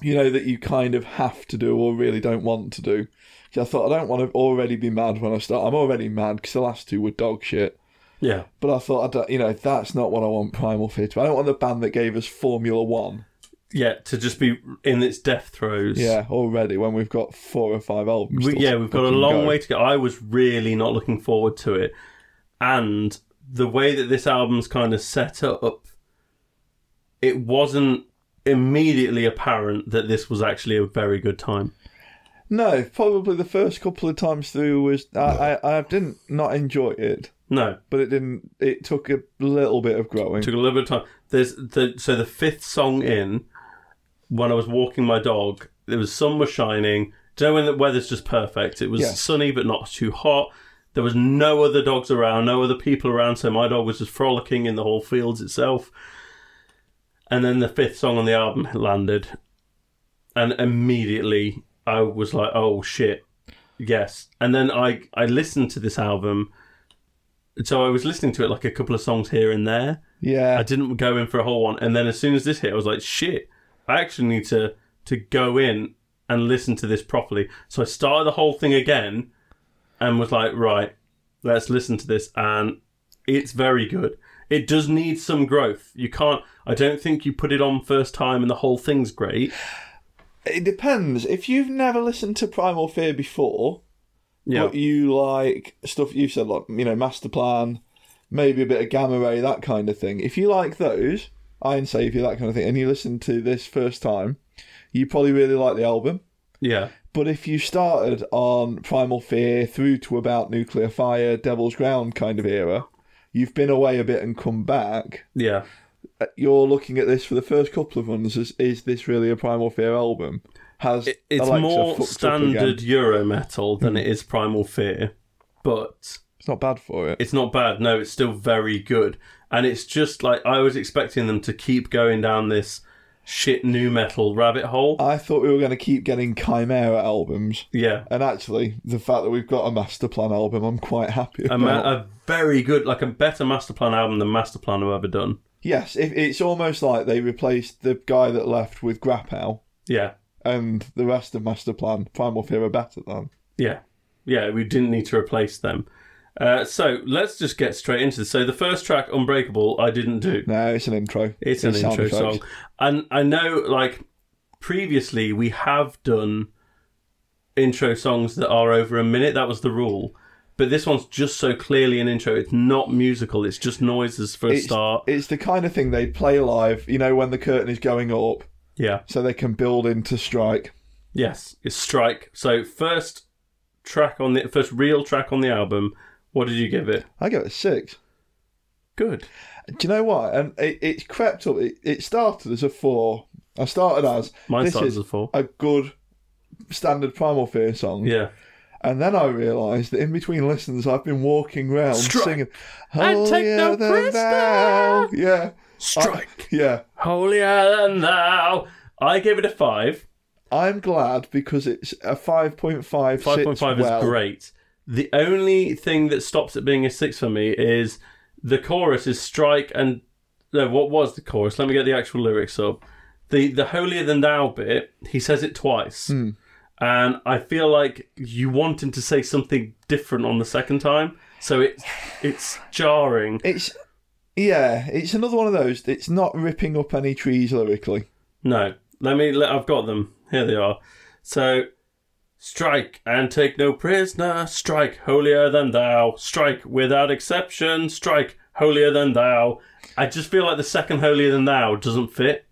S2: you know, that you kind of have to do or really don't want to do. 'Cause I thought I don't want to already be mad when I start. I'm already mad because the last two were dog shit.
S4: Yeah.
S2: But I thought, I don't, you know, that's not what I want Primal Fit. I don't want the band that gave us Formula One.
S4: Yeah, to just be in its death throes.
S2: Yeah, already when we've got four or five albums.
S4: We,
S2: still
S4: yeah,
S2: to
S4: we've got a
S2: fucking
S4: long
S2: go.
S4: way to go. I was really not looking forward to it. And the way that this album's kind of set up, it wasn't immediately apparent that this was actually a very good time.
S2: No, probably the first couple of times through was I, I, I didn't not enjoy it,
S4: No,
S2: but it didn't. It took a little bit of growing.
S4: took a little bit of time. There's the so the fifth song in, when I was walking my dog, there was sun was shining. Do you know when the weather's just perfect? It was
S2: Yeah.
S4: sunny but not too hot. There was no other dogs around, no other people around, so my dog was just frolicking in the whole fields itself. And then the fifth song on the album landed, and immediately I was like, "Oh shit, yes." And then I I listened to this album, so I was listening to it like a couple of songs here and there, I
S2: yeah,
S4: didn't go in for a whole one, and then as soon as this hit, I was like, "Shit, I actually need to to go in and listen to this properly." So I started the whole thing again, and was like, "Right, let's listen to this," and it's very good. It does need some growth. You can't. I don't think you put it on first time, and the whole thing's great.
S2: it depends. If you've never listened to Primal Fear before,
S4: Yeah,
S2: but you like stuff you said, like you know, Master Plan, maybe a bit of Gamma Ray, that kind of thing. If you like those, Iron Savior, that kind of thing, and you listen to this first time, you probably really like the album.
S4: yeah,
S2: But if you started on Primal Fear through to about Nuclear Fire, Devil's Ground kind of era, you've been away a bit and come back.
S4: yeah.
S2: uh, You're looking at this for the first couple of ones as is this really a Primal Fear album? Has
S4: It's
S2: Alexa
S4: more
S2: fucked up
S4: standard
S2: again?
S4: Euro metal than it is Primal Fear, but
S2: It's not bad for it.
S4: it's not bad. No, it's still very good. And it's just like I was expecting them to keep going down this shit new metal rabbit hole.
S2: I thought we were going to keep getting Chimera albums.
S4: yeah.
S2: And actually, the fact that we've got a master plan album, I'm quite happy
S4: A,
S2: about.
S4: ma- a very good, like a better master plan album than master plan I've ever done.
S2: yes, it, it's almost like they replaced the guy that left with Grappow
S4: Yeah.
S2: and the rest of Master Plan, Primal Fear are better than.
S4: Yeah. Yeah. We didn't need to replace them. Uh, so let's just get straight into this. So the first track, Unbreakable, I didn't do.
S2: No, it's an intro.
S4: It's an
S2: It's
S4: intro song.
S2: soundtrack.
S4: And I know, like, previously we have done intro songs that are over a minute. That was the rule. But this one's just so clearly an intro. It's not musical, it's just noises for a
S2: It's,
S4: start.
S2: it's the kind of thing they play live, you know, when the curtain is going up,
S4: yeah.
S2: so they can build into strike.
S4: Yes. It's Strike. So, first track on the first real track on the album, what did you give it?
S2: I give it a six.
S4: Good.
S2: Do you know what? And it, it's crept up. It, it started as a four. I started as
S4: Mine
S2: this
S4: started
S2: is
S4: as a four.
S2: a good standard Primal Fear song.
S4: Yeah.
S2: And then I realised that in between listens, I've been walking round
S4: Strike.
S2: singing.
S4: I take no
S2: "Holier than
S4: prisoner."
S2: thou." Yeah,
S4: Strike.
S2: yeah.
S4: Holier than thou. I gave it a five.
S2: I'm glad because it's a 5.5.
S4: 5.5
S2: sits well.
S4: is great. The only thing that stops it being a 6 for me is the chorus is strike and no, what was the chorus? Let me get the actual lyrics up. The the holier than thou bit, he says it twice. And I feel like you want him to say something different on the second time, so it's it's jarring.
S2: It's yeah, it's another one of those. It's not ripping up any trees lyrically.
S4: No, let me. Let, I've got them. Here they are. So, strike and take no prisoner. Strike holier than thou. Strike without exception. Strike holier than thou. I just feel like the second holier than thou doesn't fit.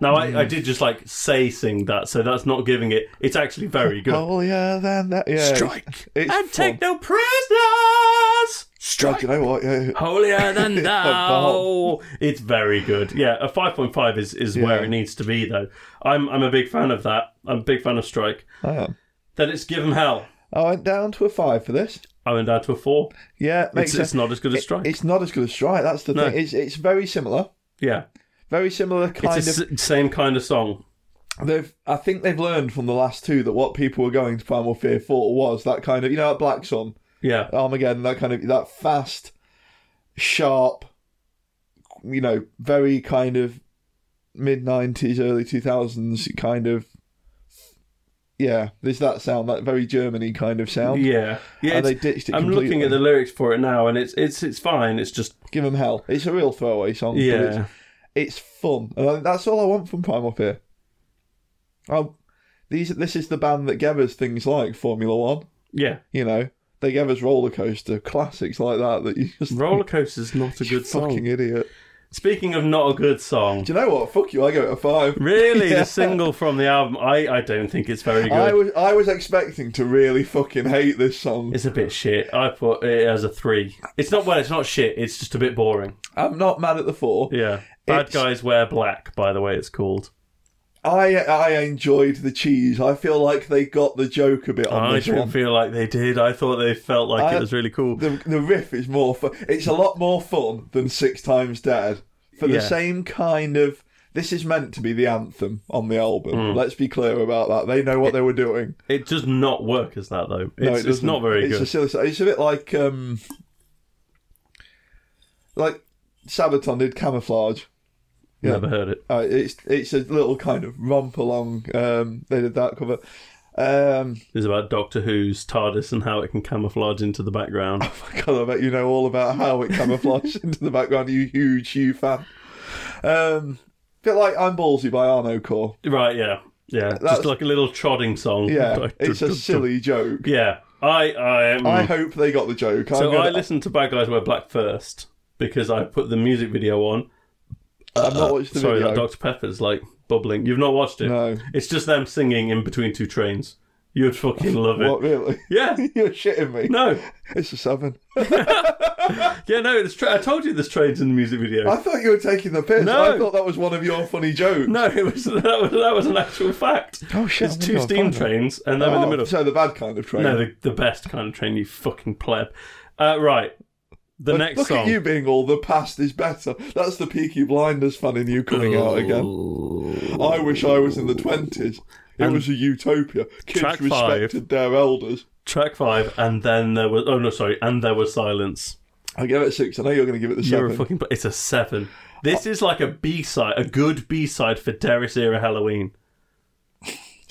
S4: Now I, I did just like say sing that, so that's not giving it. It's actually very good.
S2: Holier than that. Yeah,
S4: strike
S2: Oh, it's
S4: and
S2: fun.
S4: take no prisoners.
S2: God,
S4: Strike
S2: you know what? Yeah,
S4: Holier than
S2: Bob.
S4: thou. it's very good. Yeah, a five point five is, is where
S2: Yeah.
S4: it needs to be though. I'm I'm a big fan of that. I'm a big fan of Strike.
S2: I am.
S4: Then it's give him hell.
S2: I went down to a five for this.
S4: I went down to a four.
S2: Yeah, makes
S4: It's, it's
S2: sense.
S4: not as good as strike.
S2: It's not as good as Strike. That's the
S4: No.
S2: thing. It's it's very similar.
S4: yeah,
S2: Very similar kind
S4: it's
S2: of.
S4: the s same kind of song.
S2: They've, I think they've learned from the last two that what people were going to Primal Fear for was that kind of, you know, that Black Sun,
S4: Yeah,
S2: Armageddon, Oh, that kind of, that fast, sharp, you know, very kind of mid nineties, early two thousands kind of, yeah. There's that sound, that very Germany kind of sound.
S4: yeah, yeah.
S2: Um, and they
S4: it's-
S2: ditched it
S4: I'm
S2: completely.
S4: looking at the lyrics for it now, and it's it's it's fine. It's just
S2: Give them hell. It's a real throwaway song. but it's,
S4: yeah,
S2: it's fun, and I- that's all I want from Primal Fear. Oh, these this is the band that gave us things like Formula One.
S4: yeah.
S2: You know, they gave us roller coaster classics like that. That you just
S4: Roller coaster's not a good song.
S2: fucking idiot.
S4: Speaking of not a good song,
S2: Do you know what? Fuck you. I give it a five.
S4: really,
S2: Yeah.
S4: the single from the album, I I don't think it's very good.
S2: I was I was expecting to really fucking hate this song.
S4: It's a bit shit. I put it as a three. It's not well. It's not shit. It's just a bit boring.
S2: I'm not mad at the four.
S4: Yeah. Bad
S2: It's-
S4: guys wear black. By the way, it's called.
S2: I I enjoyed the cheese. I feel like they got the joke a bit on
S4: I
S2: this
S4: didn't
S2: one.
S4: feel like they did. I thought they felt like
S2: I-
S4: it was really cool.
S2: the the riff is more fun. It's a lot more fun than Six Times Dead for the
S4: Yeah.
S2: same kind of. This is meant to be the anthem on the album.
S4: Mm.
S2: Let's be clear about that. They know what they were doing.
S4: It does not work as that though. It's,
S2: No, it
S4: it's
S2: doesn't.
S4: not very
S2: it's
S4: good.
S2: A silly, so- it's a bit like um, like Sabaton did Camouflage. yeah.
S4: Never heard it.
S2: Uh, it's it's a little kind of romp along. Um, they did that cover. Um,
S4: It's about Doctor Who's TARDIS and how it can camouflage into the background.
S2: God, I bet you know all about how it camouflages into the background. You huge Hugh fan. Um, bit like I'm Ballsy by Arno Core.
S4: right? Yeah. Yeah.
S2: That's-
S4: Just like a little trotting song.
S2: Yeah, it's a silly joke.
S4: Yeah. I I am.
S2: I hope they got the joke. I'm
S4: So
S2: gonna-
S4: I listened to Bad Guys Wear Black first because I put the music video on.
S2: I've not watched the
S4: Sorry,
S2: video.
S4: that Dr. Pepper's like bubbling. You've not watched it.
S2: No.
S4: It's just them singing in between two trains. You'd fucking love it.
S2: What really?
S4: Yeah.
S2: You're shitting me.
S4: No.
S2: It's a seven.
S4: Yeah, no, this tra- I told you there's trains in the music video.
S2: I thought you were taking the piss.
S4: No.
S2: I thought that was one of your funny jokes.
S4: No, it was that, was that was an actual fact.
S2: Oh, shit,
S4: It's
S2: I
S4: two
S2: think I'll
S4: steam
S2: find that.
S4: trains and them in the
S2: Oh,
S4: middle.
S2: So the bad kind of train.
S4: No, the, the best kind of train, you fucking pleb. Uh, right. The
S2: But
S4: next
S2: Look
S4: song.
S2: at you being all the past is better. That's the Peaky Blinders fan in you coming out again. I wish I was in the twenties. It was a utopia. Kids
S4: Track five.
S2: respected their elders.
S4: Track five, and then there was. Oh, no, sorry. And there was silence.
S2: I give it a six. I know you're going to give it the
S4: You're
S2: seven.
S4: a fucking. It's a seven. This is like a B side, a good B side for Darius era Halloween,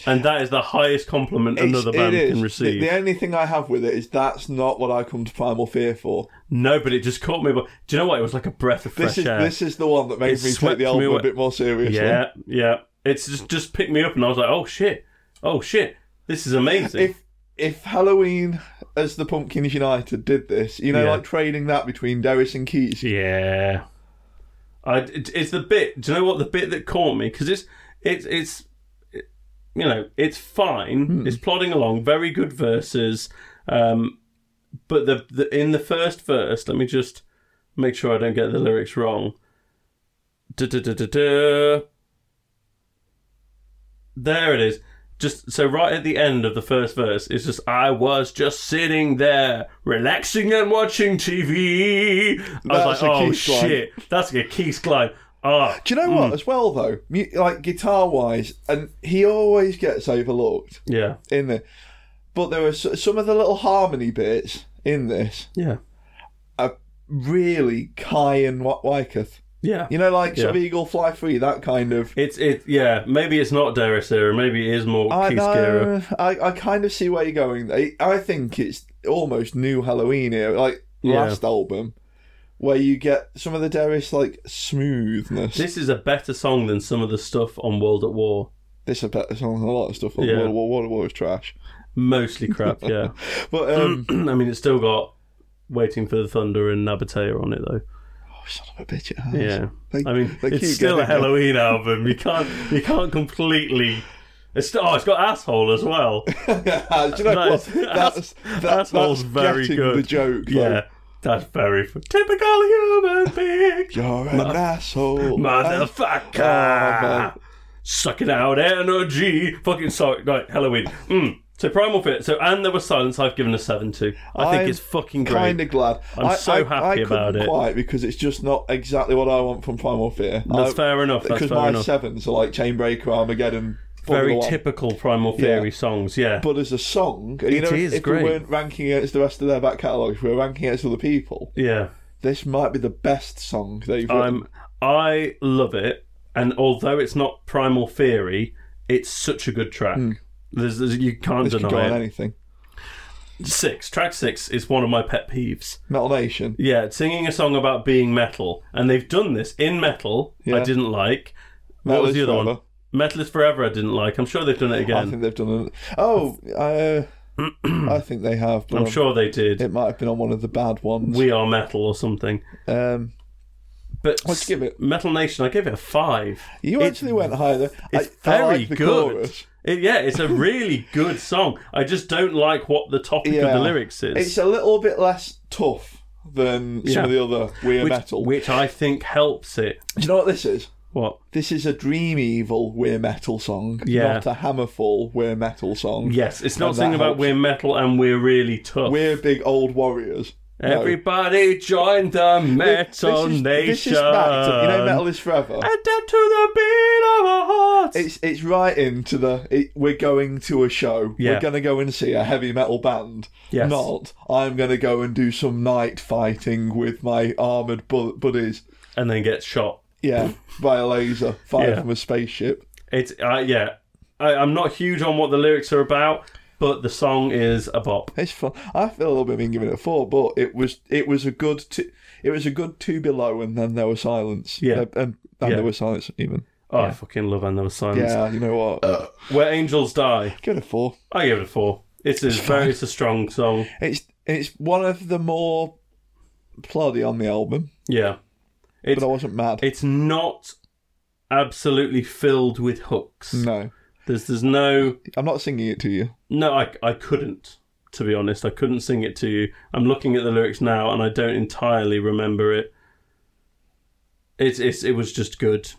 S4: and that is the highest compliment
S2: It's-
S4: another
S2: it
S4: band
S2: is.
S4: can
S2: The-
S4: receive.
S2: The, only thing I have with it is that's not what I come to Primal Fear for.
S4: No, but it just caught me. By, do you know what? It was like a breath of
S2: This
S4: fresh
S2: is
S4: air.
S2: this is the one that made
S4: It
S2: me take
S4: swept
S2: the
S4: me
S2: album a
S4: away.
S2: bit more seriously.
S4: yeah, yeah. It's just just picked me up, and I was like, oh shit, oh shit, this is amazing.
S2: If if Halloween as the Pumpkins United did this, you know,
S4: Yeah.
S2: like trading that between Darius and Keats.
S4: yeah. I, it- it's the bit. Do you know what the bit that caught me? Because it's it's it's it- you know it's fine.
S2: Hmm.
S4: It's plodding along. Very good verses. Um, but the, the in the first verse, let me just make sure I don't get the lyrics wrong. Du- du- du- du- du. There it is. Just so right at the end of the first verse, it's just I was just sitting there, relaxing and watching TV. I was
S2: That's a
S4: like, oh
S2: Keith's line."
S4: shit, that's a Keith's line. Ah,
S2: Do you know what? As well though, mu- like guitar wise, and he always gets overlooked
S4: yeah,
S2: in there. But there are s- some of the little harmony bits in this
S4: yeah,
S2: are really Kai and Wa- Wyckoff.
S4: yeah.
S2: You know, like sort of
S4: Yeah.
S2: Eagle Fly Free, that kind of.
S4: It's it. Yeah, maybe it's not Darius era. Maybe it is more
S2: I
S4: Keith's era.
S2: know. I, I kind of see where you're going. I, I think it's almost new Halloween here, like
S4: Yeah.
S2: last album, where you get some of the Darius like smoothness. This,
S4: This is a better song than some of the stuff on World at War.
S2: is a better song than a lot of stuff. on
S4: Yeah.
S2: World War World War is trash,
S4: Mostly crap. Yeah.
S2: but
S4: Mm.
S2: um,
S4: I mean, it's still got Waiting for the Thunder and Nabatea on it, though.
S2: oh, son of a bitch, it has.
S4: Yeah,
S2: They-
S4: I mean,
S2: they keep
S4: it's still a
S2: getting it.
S4: Halloween album. You can't, you can't completely. It's still, oh, it's got asshole as well.
S2: Do you know
S4: That
S2: what?
S4: is-
S2: That's that, that's,
S4: Asshole's very
S2: getting
S4: good.
S2: the joke. though.
S4: Yeah, that's very fu- typical human being,
S2: You're an asshole.
S4: motherfucker.
S2: Oh, man.
S4: Sucking out energy. Fucking sorry, right? Halloween. Mm. So Primal Fear. So and there was silence. I've given a seven to. I think
S2: I'm
S4: it's fucking great.
S2: Kind of glad.
S4: I'm
S2: I-
S4: so
S2: I-
S4: happy
S2: I
S4: about
S2: couldn't
S4: it.
S2: Quite because it's just not exactly what I want from Primal Fear.
S4: That's
S2: I-
S4: fair enough. That's
S2: Because
S4: fair
S2: my
S4: enough.
S2: sevens are like Chainbreaker, Armageddon.
S4: Very
S2: Formula One.
S4: typical Primal Theory
S2: Yeah.
S4: songs. Yeah.
S2: But as a song, and you
S4: It
S2: know, if-
S4: is
S2: if
S4: great.
S2: we weren't ranking against the rest of their back catalogue, if we were ranking against other people,
S4: yeah.
S2: this might be the best song they've written.
S4: I'm. I love it, and although it's not Primal Theory, it's such a good track. There's, there's, you can't
S2: Hmm. This could go
S4: deny
S2: on
S4: it.
S2: anything.
S4: Six. Track six is one of my pet peeves.
S2: Metal Nation.
S4: Yeah, it's singing a song about being metal, and they've done this in metal. I
S2: Yeah.
S4: didn't like. what
S2: Metal
S4: was
S2: is
S4: the other one?
S2: Forever.
S4: Metal is forever. I didn't like. I'm sure they've done it
S2: I
S4: again.
S2: think they've done it. Oh, uh, I think they have. But
S4: I'm sure they did.
S2: it might have been on one of the bad ones.
S4: We are metal or something.
S2: um,
S4: But
S2: What'd you give it?
S4: Metal Nation. I gave it a five.
S2: you
S4: It's-
S2: actually went higher. There.
S4: It's
S2: I,
S4: very
S2: I like the
S4: good.
S2: Chorus.
S4: It, yeah, it's a really good song. I just don't like what the topic of
S2: Yeah.
S4: the lyrics is.
S2: It's a little bit less tough than some
S4: Yeah.
S2: of the other We're
S4: which,
S2: Metal.
S4: which I think helps it.
S2: Do you know what this is?
S4: What?
S2: This is a Dream Evil We're Metal song,
S4: Yeah.
S2: not a Hammerfall We're Metal song.
S4: Yes, it's not
S2: And
S4: singing
S2: that
S4: about
S2: helps.
S4: we're metal and we're really tough.
S2: We're big old warriors. No.
S4: Everybody join the metal
S2: this is,
S4: nation.
S2: This is back to, you know, Metal is Forever.
S4: And down to the beat of our hearts.
S2: It's it's right into the it, we're going to a show.
S4: Yeah.
S2: We're gonna go and see a heavy metal band.
S4: Yes.
S2: Not I'm gonna go and do some night fighting with my armored bu- buddies.
S4: and then gets shot.
S2: Yeah, by a laser fired
S4: Yeah.
S2: from a spaceship.
S4: It's uh, yeah. I, I'm not huge on what the lyrics are about, but the song is a bop.
S2: It's fun. I feel a little bit mean giving it a four, but it was it was a good t- it was a good two below, and then there was silence.
S4: Yeah.
S2: Uh, and, and
S4: Yeah.
S2: there was silence even.
S4: Oh, I fucking love and there was silence.
S2: Yeah, you know what?
S4: Where angels die.
S2: Give it a four.
S4: I give it a four. It's a very it's a strong song.
S2: It's it's one of the more ploddy on the album,
S4: Yeah.
S2: but I wasn't mad.
S4: It's not absolutely filled with hooks.
S2: no,
S4: There's there's no
S2: I'm not singing it to you.
S4: No, I, I couldn't, to be honest. I couldn't sing it to you. I'm looking at the lyrics now and I don't entirely remember it. It's, it's It was just good.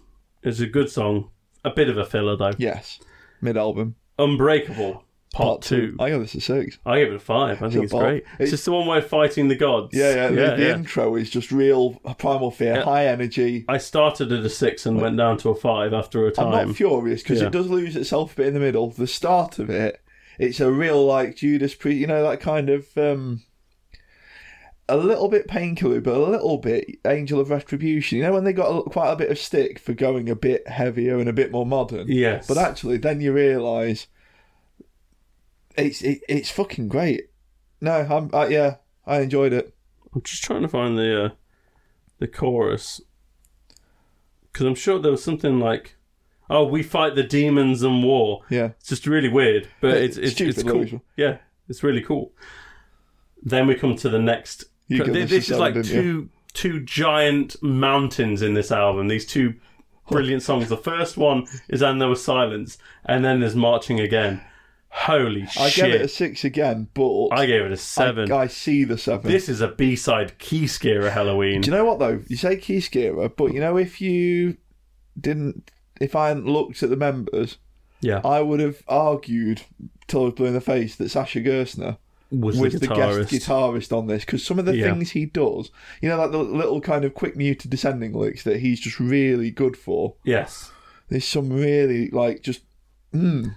S4: It's a good song. A bit of a filler, though.
S2: Yes, mid album.
S4: Unbreakable, part, two.
S2: I got this at six.
S4: I give it a five. I think
S2: a
S4: it's
S2: bop.
S4: great. It's,
S2: It's-
S4: just the one where fighting the gods.
S2: Yeah, yeah. The, the
S4: yeah.
S2: intro is just real primal fear, high energy.
S4: I started at a six and went down to a five after a
S2: I'm
S4: time.
S2: not furious because
S4: Yeah.
S2: it does lose itself a bit in the middle. The start of it, it's a real like Judas Priest, you know, that kind of um, a little bit painkiller, but a little bit Angel of Retribution. You know, when they got a, quite a bit of stick for going a bit heavier and a bit more modern.
S4: Yes.
S2: But actually, then you realise it's it, it's fucking great. No, I'm uh, yeah, I enjoyed it.
S4: I'm just trying to find the uh, the chorus because I'm sure there was something like, "Oh, we fight the demons and war."
S2: Yeah,
S4: It's just really weird, but it's it's,
S2: Stupid
S4: it's cool.
S2: lyrics.
S4: Yeah, it's really cool. Then we come to the next.
S2: You
S4: Th-
S2: got
S4: this,
S2: this
S4: is
S2: yourself,
S4: like
S2: didn't
S4: two two giant mountains in this album. These two brilliant songs. The first one is "And There Was Silence," and then there's "Marching Again." Holy
S2: I
S4: shit!
S2: gave it a six again, but
S4: I gave it a seven.
S2: I, I see the seven.
S4: this is a B-side key scare of Halloween.
S2: Do you know what though? You say Keith Skira, but you know if you didn't, if I hadn't looked at the members,
S4: yeah.
S2: I would have argued till I was blue in the face that Sasha Gerstner
S4: was,
S2: was
S4: the,
S2: the
S4: guitarist.
S2: guest guitarist on this because some of the
S4: Yeah.
S2: things he does, you know, like the little kind of quick muted descending licks that he's just really good for.
S4: Yes.
S2: There's some really like just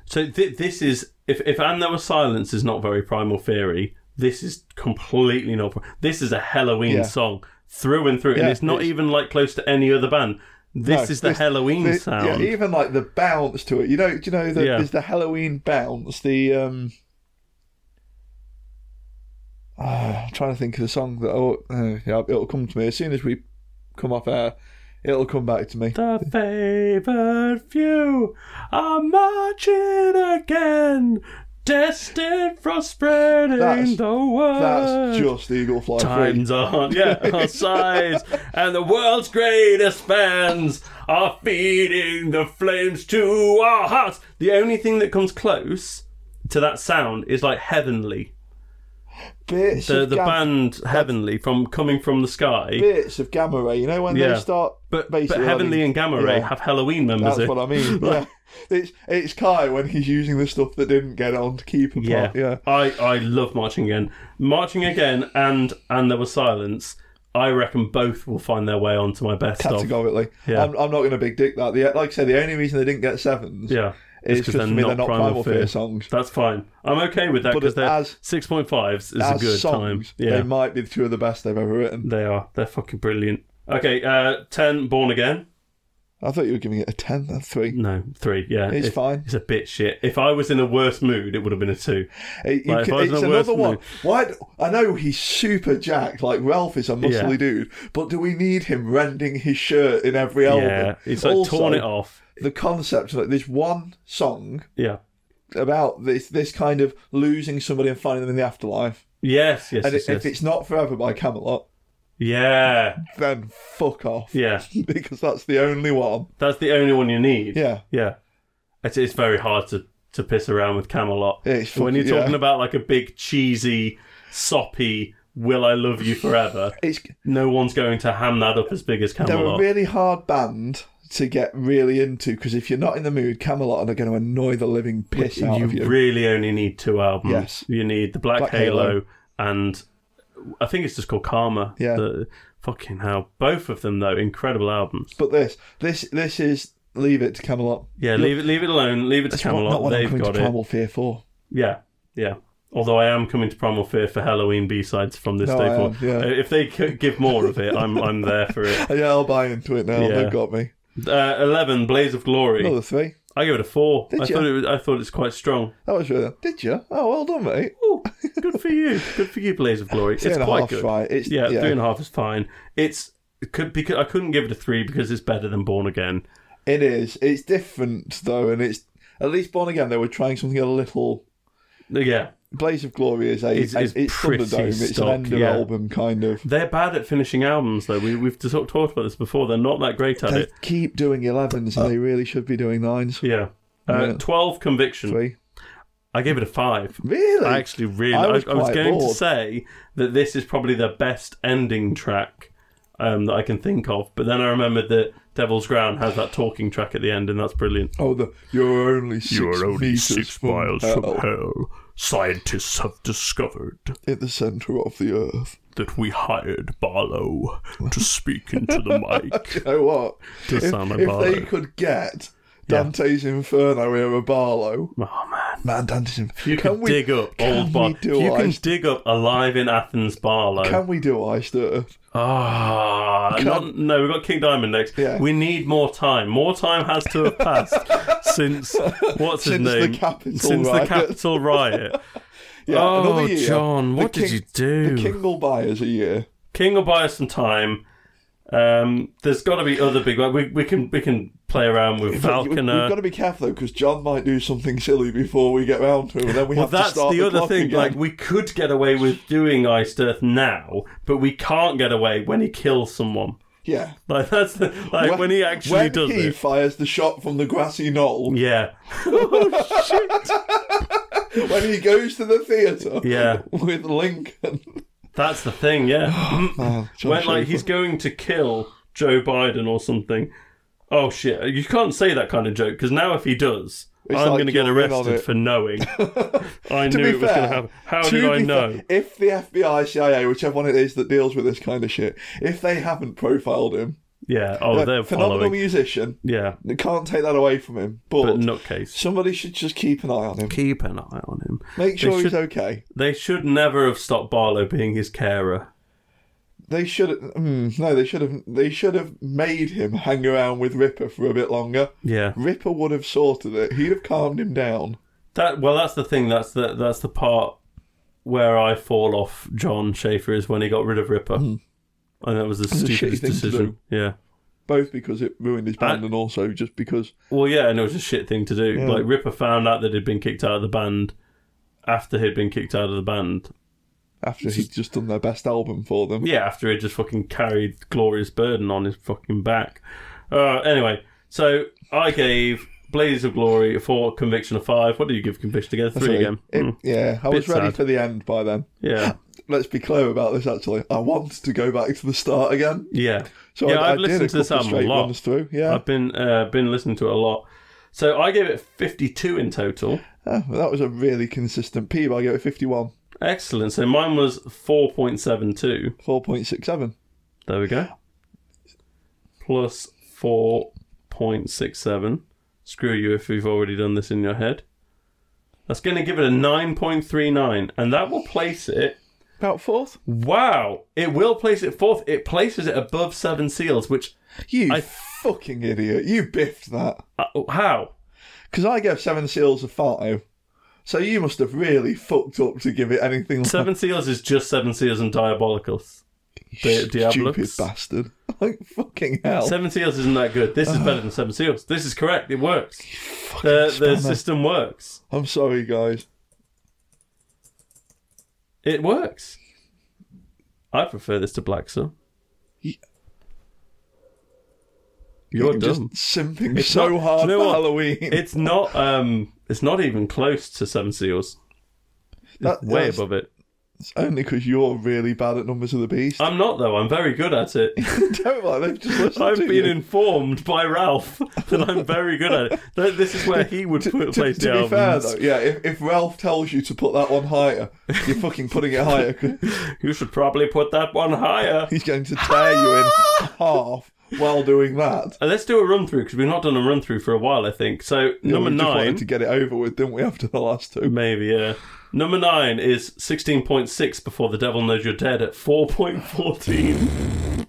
S4: So th- this is if if and there was silence is not very primal theory. This is completely not. This is a Halloween
S2: Yeah.
S4: song through and through, and
S2: Yeah,
S4: it's not
S2: it's-
S4: even like close to any other band. This
S2: No,
S4: is the Halloween
S2: the-
S4: sound.
S2: Yeah, even like the bounce to it. You know, do you know the,
S4: Yeah.
S2: there's the Halloween bounce. The um, ah, I'm trying to think of the song that. Oh, uh, yeah, it'll come to me as soon as we come off air. It'll come back to me.
S4: The favored few are marching again, destined for spreading
S2: That's-
S4: the word.
S2: That's just Eagle Fly Free.
S4: Times on, yeah, our sides, and the world's greatest fans are feeding the flames to our hearts. The only thing that comes close to that sound is like heavenly.
S2: Bits
S4: the
S2: of
S4: the
S2: gam-
S4: band Heavenly from coming from the sky.
S2: bits of gamma ray. You know when
S4: Yeah.
S2: they start,
S4: But, but
S2: basically
S4: Heavenly
S2: adding-
S4: and Gamma Ray
S2: Yeah.
S4: have Halloween members. in.
S2: That's what I mean. Yeah. It's it's Kai when he's using the stuff that didn't get on to keep apart.
S4: Yeah,
S2: Yeah. yeah.
S4: I, I love marching again, marching again, and and there was silence. I reckon both will find their way onto my best of.
S2: Categorically,
S4: Yeah.
S2: I'm, I'm not going to big dick that. The, like I said, the only reason they didn't get sevens
S4: Yeah,
S2: is
S4: It's 'cause
S2: because for me they're not Primal, Fear, songs.
S4: That's fine. I'm okay with that
S2: But
S4: because they're
S2: as-
S4: six point fives is a
S2: As
S4: good
S2: songs,
S4: time. Yeah,
S2: they might be two of the best they've ever written.
S4: they are. They're fucking brilliant. Okay, uh, ten Born Again.
S2: I thought you were giving it a ten and three.
S4: No, three. Yeah,
S2: It's
S4: It-
S2: fine.
S4: It's a bit shit. If I was in a worse mood, it would have been a two.
S2: It- you
S4: Like, if
S2: can-
S4: I was in
S2: it's
S4: a worse
S2: another one.
S4: mood-
S2: Why? d- I know he's super jacked. Like Ralph is a muscly
S4: Yeah.
S2: dude, but do we need him rending his shirt in every album?
S4: Yeah, it's like
S2: Also,
S4: torn it off.
S2: The concept of like, there's one song
S4: Yeah.
S2: about this this kind of losing somebody and finding them in the afterlife.
S4: Yes. Yes.
S2: And
S4: yes,
S2: if
S4: yes.
S2: it's not forever by Camelot,
S4: Yeah.
S2: then fuck off.
S4: Yeah.
S2: because that's the only one.
S4: That's the only one you need.
S2: Yeah.
S4: Yeah. It's, it's very hard to, to piss around with Camelot.
S2: Yeah, it's
S4: when you're
S2: fucking- yeah.
S4: talking about like a big cheesy, soppy, will I love you forever,
S2: It's
S4: no one's going to ham that up as big as
S2: they're
S4: Camelot.
S2: a really hard band to get really into because if you're not in the mood, Camelot are going to annoy the living piss out
S4: you
S2: of you.
S4: really only need two albums.
S2: Yes.
S4: You need The Black,
S2: Black
S4: Halo,
S2: Halo.
S4: and I think it's just called Karma.
S2: Yeah.
S4: The- fucking hell. Both of them, though, incredible albums.
S2: but this, this, this is leave it to Camelot.
S4: Yeah, leave it, leave it alone. Leave it to
S2: It's not- not
S4: Camelot.
S2: what I'm
S4: They've
S2: coming to
S4: got it.
S2: Primal Fear for.
S4: Yeah, yeah. Although I am coming to Primal Fear for Halloween B sides from this
S2: No,
S4: day
S2: I
S4: forward. Uh,
S2: am, yeah.
S4: If they c- give more of it, I'm I'm there for it.
S2: Yeah, I'll buy into it now.
S4: Yeah.
S2: They've got me.
S4: Uh, Eleven, Blaze of Glory.
S2: Another three.
S4: I give it a four.
S2: Did
S4: I
S2: you?
S4: thought it was, I thought it's quite strong.
S2: That was really. Did you? Oh, well done, mate.
S4: Ooh, good for you. Good for you, Blaze of Glory.
S2: Three
S4: it's
S2: and a
S4: quite
S2: half's
S4: good.
S2: right. It's,
S4: Yeah, three and a half is fine. It's it could because I couldn't give it a three because it's better than Born Again.
S2: It is. It's different though, and it's at least Born Again. They were trying something a little.
S4: Yeah,
S2: Blaze of Glory is a
S4: It's-
S2: it's,
S4: it's
S2: it's,
S4: pretty
S2: Thunderdome. It's an
S4: stock,
S2: end of
S4: yeah.
S2: album kind of.
S4: they're bad at finishing albums though. We we've sort of talked about this before. They're not that great at
S2: They
S4: it. Uh,
S2: keep doing elevens, and they really should be doing nines.
S4: Yeah. Uh,
S2: Yeah.
S4: Twelve Conviction.
S2: Three,
S4: I gave it a five.
S2: really?
S4: I actually really. I
S2: I
S4: was,
S2: was
S4: I was
S2: quite
S4: going to
S2: bored.
S4: say that this is probably the best ending track um, that I can think of, but then I remembered that Devil's Ground has that talking track at the end, and that's brilliant.
S2: oh, the you're only six meters from hell
S4: hell. Scientists have discovered
S2: in the center of the earth.
S4: that we hired Barlow to speak into the mic.
S2: You know what?
S4: Does
S2: if
S4: sound like
S2: if
S4: Barlow.
S2: they could get Dante's Inferno here a Barlow,
S4: Oh man,
S2: man, Dante's Inferno.
S4: you can,
S2: we
S4: dig up
S2: can
S4: old
S2: we
S4: Barlow.
S2: do
S4: You can
S2: Iced-
S4: dig up alive in Athens Barlow.
S2: Can we do Iced Earth?
S4: Ah, not, no, we've got King Diamond next.
S2: Yeah.
S4: We need more time. More time has to have passed since what's his
S2: Since the
S4: name?
S2: Capitol
S4: since the
S2: riot.
S4: Capitol riot.
S2: Yeah,
S4: Oh,
S2: another year.
S4: John,
S2: The
S4: what did
S2: King-
S4: you do?
S2: The Kingle Buyers a year.
S4: King will buy us some time. Um, there's got to be other big. We we can we can play around with
S2: But you- We've got
S4: Falconer.
S2: to be careful though, because John might do something silly before we get round to him, and then we
S4: Well,
S2: have
S4: that's
S2: to start
S4: the other
S2: clock
S4: thing.
S2: again.
S4: Like, we could get away with doing Iced Earth now, but we can't get away when he kills someone.
S2: yeah,
S4: Like that's the, like when, he actually
S2: when
S4: does
S2: he
S4: it.
S2: fires the shot from the grassy knoll,
S4: Yeah.
S2: when he goes to the theatre,
S4: Yeah.
S2: with Lincoln.
S4: That's the thing, yeah.
S2: Man, John
S4: when like
S2: Schaefer.
S4: he's going to kill Joe Biden or something. Oh shit! You can't say that kind of joke because now if he does,
S2: It's
S4: I'm
S2: like
S4: going to get
S2: you're in on
S4: arrested
S2: it.
S4: for knowing. I
S2: To
S4: knew
S2: be
S4: it was going
S2: fair,
S4: to happen. How
S2: to
S4: did
S2: be
S4: I
S2: fair,
S4: know?
S2: if the FBI, CIA, whichever one it is that deals with this kind of shit, if they haven't profiled him,
S4: yeah. Oh,
S2: like,
S4: they're
S2: phenomenal
S4: following.
S2: musician,
S4: Yeah,
S2: they can't take that away from him. But,
S4: but nutcase.
S2: somebody should just keep an eye on him,
S4: Keep an eye on him.
S2: make sure
S4: they
S2: he's
S4: should,
S2: okay.
S4: they should never have stopped Barlow being his carer.
S2: They should mm, no, they should have they should have made him hang around with Ripper for a bit longer.
S4: Yeah.
S2: Ripper would have sorted it. He'd have calmed him down.
S4: That well, that's the thing. That's the that's the part where I fall off John Schaefer is when he got rid of Ripper, and that was the
S2: a Mm. shitty
S4: stupidest
S2: thing to
S4: decision. Yeah.
S2: Both because it ruined his band
S4: I-
S2: and also just because
S4: Well, yeah, and it was a shit thing to do. Like Ripper found out that he'd been kicked out of the band after he'd been kicked out of the band.
S2: after he'd just done their best album for them.
S4: Yeah, after he just fucking carried glorious burden on his fucking back. Uh, anyway, so I gave Blaze of Glory, four, Conviction of five. What do you give Conviction again? Three
S2: Sorry.
S4: again.
S2: It-
S4: Hmm.
S2: Yeah, I was
S4: Bit
S2: ready
S4: sad.
S2: for the end by then.
S4: Yeah.
S2: Let's be clear about this. Actually, I wanted to go back to the start again.
S4: Yeah.
S2: So
S4: yeah,
S2: I,
S4: I've
S2: I
S4: listened
S2: did a
S4: to this
S2: couple
S4: album a
S2: straight
S4: lot.
S2: runs through. Yeah,
S4: I've been uh, been listening to it a lot. So I gave it 52 in total.
S2: Ah, well, that was a really consistent P. But I gave it fifty-one,
S4: Excellent. So mine was 4.72.
S2: four point six seven.
S4: There we go. Plus 4.67. Screw you if you've already done this in your head. That's going to give it a 9.39, and that will place it.
S2: About fourth.
S4: Wow! It will place it fourth. It places it above Seven Seals, which.
S2: You
S4: I-
S2: fucking idiot! You biffed that
S4: Uh, how?
S2: because I gave Seven Seals a five. So you must have really fucked up to give it anything like
S4: Seven Seals is just Seven Seals and Diabolicals. Di-
S2: stupid
S4: Diabolus.
S2: bastard. Like fucking hell.
S4: Seven Seals isn't that good. This is better than Seven Seals. This is correct. It works. The, the
S2: spammer.
S4: system works.
S2: I'm sorry, guys.
S4: It works. I prefer this to Black Sun. You're
S2: I'm
S4: dumb.
S2: just simping so
S4: not-
S2: hard
S4: do you know
S2: for
S4: what?
S2: Halloween.
S4: It's not. Um, it's not even close to Seven Seals.
S2: That-
S4: Way
S2: that's
S4: above it.
S2: Only because you're really bad at Numbers of the Beast.
S4: I'm not though. I'm very good at it.
S2: Don't lie, they've just listened
S4: I've
S2: to
S4: been
S2: you.
S4: informed by Ralph that I'm very good at it. Th- This is where he would put,
S2: To,
S4: place
S2: to
S4: the
S2: be fair
S4: albums.
S2: though, yeah, if, if Ralph tells you to put that one higher, you're fucking putting it higher. 'cause
S4: you should probably put that one higher.
S2: He's going to tear you in half while doing that.
S4: Uh, Let's do a run through because we've not done a run through for a while. I think so. number
S2: we just
S4: nine.
S2: wanted to get it over with, didn't we? After the last two,
S4: Maybe, yeah. Number nine is 16.6 before the devil knows you're dead at 4.14.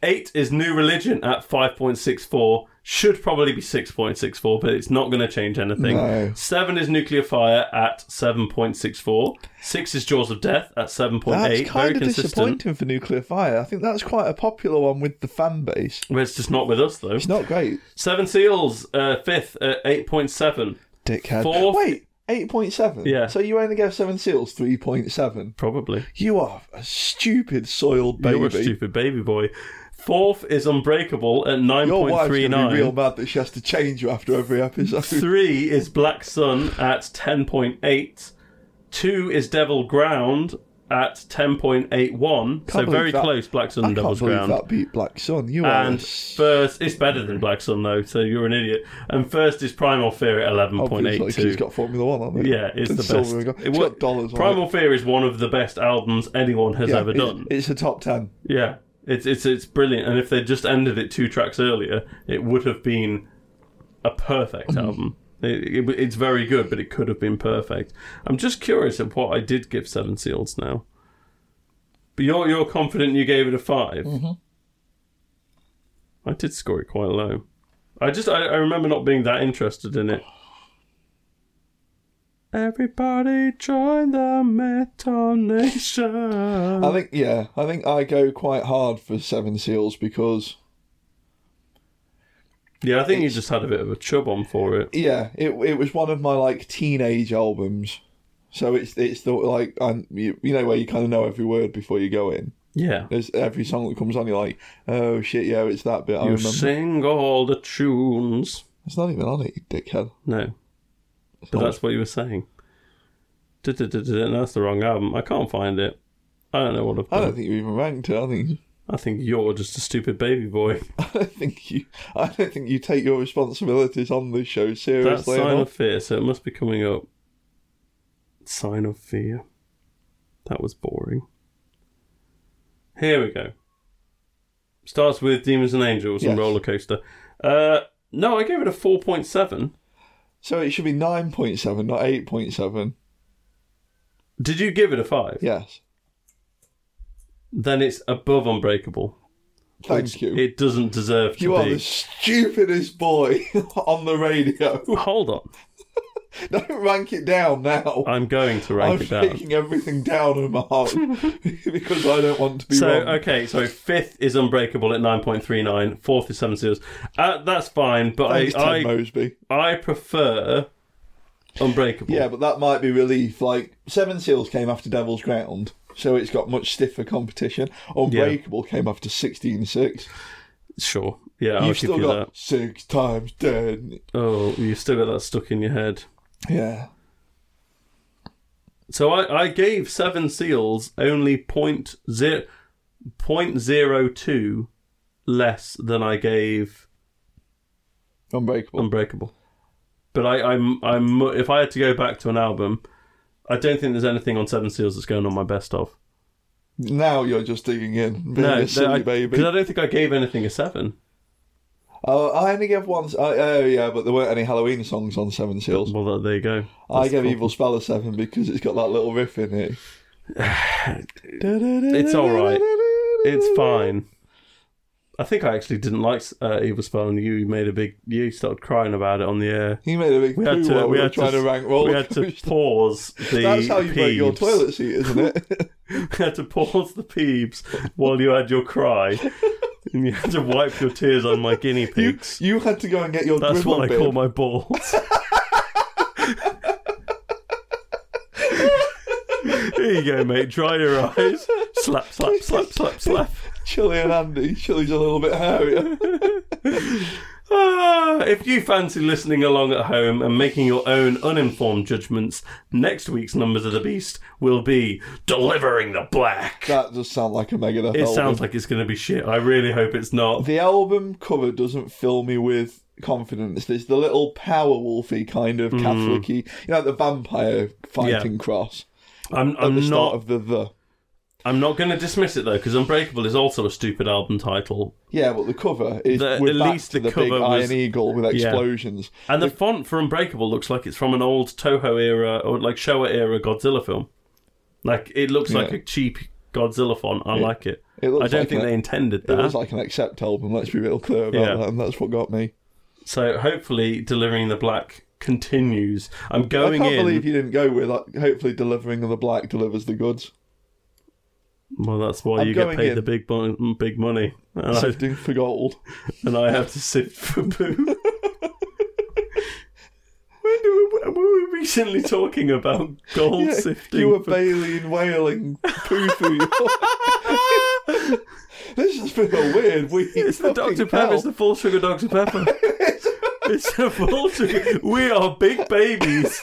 S4: Eight is new religion at 5.64. Should probably be 6.64, but it's not going to change anything.
S2: No.
S4: Seven is nuclear fire at 7.64. Six is jaws of death at 7.8.
S2: that's
S4: Very
S2: kind of
S4: consistent.
S2: disappointing for Nuclear Fire. I think that's quite a popular one with the fan base.
S4: Well, it's just not with us, though.
S2: It's not great,
S4: Seven seals, uh, fifth at 8.7.
S2: dickhead.
S4: Fourth-
S2: Wait, eight point seven.
S4: Yeah.
S2: So you only gave Seven Seals three point seven.
S4: Probably.
S2: You are a stupid soiled baby.
S4: You're a stupid baby boy. Fourth is Unbreakable at
S2: Your wife's gonna be real
S4: 9.39.
S2: mad that she has to change you after every episode.
S4: Three is Black Sun at 10.8. Two is Devil Ground at 10.81. So
S2: believe
S4: very
S2: that.
S4: close, Black Sun
S2: I
S4: and
S2: can't
S4: Devil's
S2: believe
S4: Ground.
S2: that beat Black Sun. You are.
S4: And first, it's better than Black Sun though, so you're an idiot. And first is Primal Fear at
S2: obviously, 'cause She's
S4: 11.82.
S2: got Formula One on it.
S4: Yeah, it's
S2: And
S4: the best.
S2: Silver and gold.
S4: It
S2: It's
S4: wa-
S2: got dollars on
S4: Primal
S2: it.
S4: Fear is one of the best albums anyone has
S2: Yeah,
S4: ever
S2: it's-
S4: done.
S2: It's a top ten.
S4: Yeah, it's it's it's brilliant. And if they'd just ended it two tracks earlier, it would have been a perfect album. It, it, it's very good, but it could have been perfect. I'm just curious at what I did give Seven Seals now. But you're you're confident you gave it a 5 I did score it quite low. I just I, I remember not being that interested in it. Everybody join the Metal Nation.
S2: I think yeah, I think I go quite hard for Seven Seals because
S4: Yeah, I think you just had a bit of a chub on for it.
S2: yeah, it it was one of my like teenage albums. So it's it's the like and you, you know where you kind of know every word before you go in.
S4: Yeah.
S2: There's every song that comes on, you're like, oh shit, yeah, it's that bit. I
S4: You
S2: remember.
S4: sing all the tunes.
S2: It's not even on it, you dickhead.
S4: No. But that's what you were saying. Du-du-du-du-du, No, that's the wrong album. I can't find it. I don't know what I've
S2: I
S4: done.
S2: don't think you even ranked it. I think
S4: I think you're just a stupid baby boy.
S2: I don't think you. I don't think you take your responsibilities on this show
S4: That's
S2: seriously.
S4: Sign
S2: enough.
S4: of Fear, so it must be coming up. Sign of Fear. That was boring. Here we go. Starts with Demons and Angels and
S2: Yes.
S4: Roller Coaster. Uh, no, I gave it a 4.7.
S2: So it should be nine point seven, not eight point seven.
S4: Did you give it a five?
S2: Yes.
S4: Then it's above Unbreakable.
S2: Thank you.
S4: It doesn't deserve to
S2: you are
S4: be.
S2: the stupidest boy on the radio.
S4: Hold on,
S2: Don't rank it down now.
S4: I'm going to rank
S2: I'm
S4: it down.
S2: taking everything down in my heart because I don't want to be
S4: So
S2: wrong.
S4: okay, so fifth is Unbreakable at nine point three nine. Fourth is Seven Seals. Uh, that's fine, but
S2: Thanks, Ted
S4: I,
S2: Mosby.
S4: I I prefer Unbreakable.
S2: Yeah, but that might be relief. Like Seven Seals came after Devil's Ground, so it's got much stiffer competition. Unbreakable came after sixteen six.
S4: sure. Yeah, I'll
S2: You've
S4: give
S2: still
S4: you
S2: got
S4: that.
S2: six times ten.
S4: Oh, you've still got that stuck in your head.
S2: Yeah.
S4: So I, I gave Seven Seals only point zero point zero two less than I gave
S2: Unbreakable.
S4: Unbreakable. But I, I'm I'm mu- if I had to go back to an album, I don't think there's anything on Seven Seals that's going on my best of.
S2: now you're just digging in. Being
S4: No,
S2: a silly baby.
S4: because I don't think I gave anything a seven.
S2: Oh, I only gave one. s- I- oh, yeah, but there weren't any Halloween songs on Seven Seals.
S4: Well, that- there you go.
S2: I gave Evil Spell a seven because it's got that little riff in it.
S4: It's all right. It's fine. I think I actually didn't like uh, Evil Spell, and you made a big. You started crying about it on the air.
S2: He made a big
S4: We had
S2: poo
S4: to.
S2: while
S4: we
S2: we were
S4: had
S2: trying
S4: to,
S2: to, rank roller
S4: We had to
S2: coasters.
S4: pause the.
S2: That's how you break your
S4: peeps.
S2: toilet seat, isn't it?
S4: You had to pause the peeps while you had your cry, and you had to wipe your tears on my guinea
S2: you,
S4: pigs.
S2: you had to go and get your
S4: That's
S2: dribble
S4: what I
S2: bib.
S4: call my balls. Here you go, mate. Dry your eyes. Slap, slap, slap, slap, slap.
S2: Chili and Andy. Chili's a little bit hairier.
S4: Ah, if you fancy listening along at home and making your own uninformed judgments, next week's Numbers of the Beast will be Delivering the Black.
S2: that does sound like a Megadeth
S4: it
S2: album.
S4: sounds like it's going to be shit. I really hope it's not.
S2: the album cover doesn't fill me with confidence. There's the little power wolfy kind
S4: Mm.
S2: of Catholic you know, the vampire fighting cross
S4: I'm,
S2: at the
S4: I'm not.
S2: start of the the.
S4: I'm not going to dismiss it though, because Unbreakable is also a stupid album title,
S2: Yeah, but the cover is
S4: The-
S2: we're
S4: at
S2: back
S4: least
S2: to
S4: the
S2: the, big
S4: cover was-
S2: Iron Eagle with explosions.
S4: and the font for Unbreakable looks like it's from an old Toho era or like Showa era Godzilla film. Like it looks like
S2: Yeah.
S4: a cheap Godzilla font. I like it.
S2: It looks
S4: I don't
S2: like
S4: think
S2: a-
S4: they intended
S2: It
S4: that.
S2: was like an accept album. Let's be real clear about
S4: Uh-huh. Yeah.
S2: that, and that's what got me.
S4: So hopefully, delivering the black continues. I'm
S2: I
S4: going
S2: can't
S4: in.
S2: believe you didn't go with. Like, hopefully, delivering of the black delivers the goods.
S4: Well, that's why
S2: I'm
S4: you get
S2: going
S4: paid
S2: in.
S4: the big mon- big money, and I,
S2: Sifting for gold.
S4: and I have to sift for poo. When do we- were we recently talking about gold
S2: Yeah,
S4: sifting?
S2: you were
S4: for-
S2: bailing, wailing, poo poo. this has been a weird week.
S4: It's the
S2: Fucking
S4: Dr. Pepper.
S2: hell.
S4: It's the full sugar Dr. Pepper. it's the full sugar. We are big babies.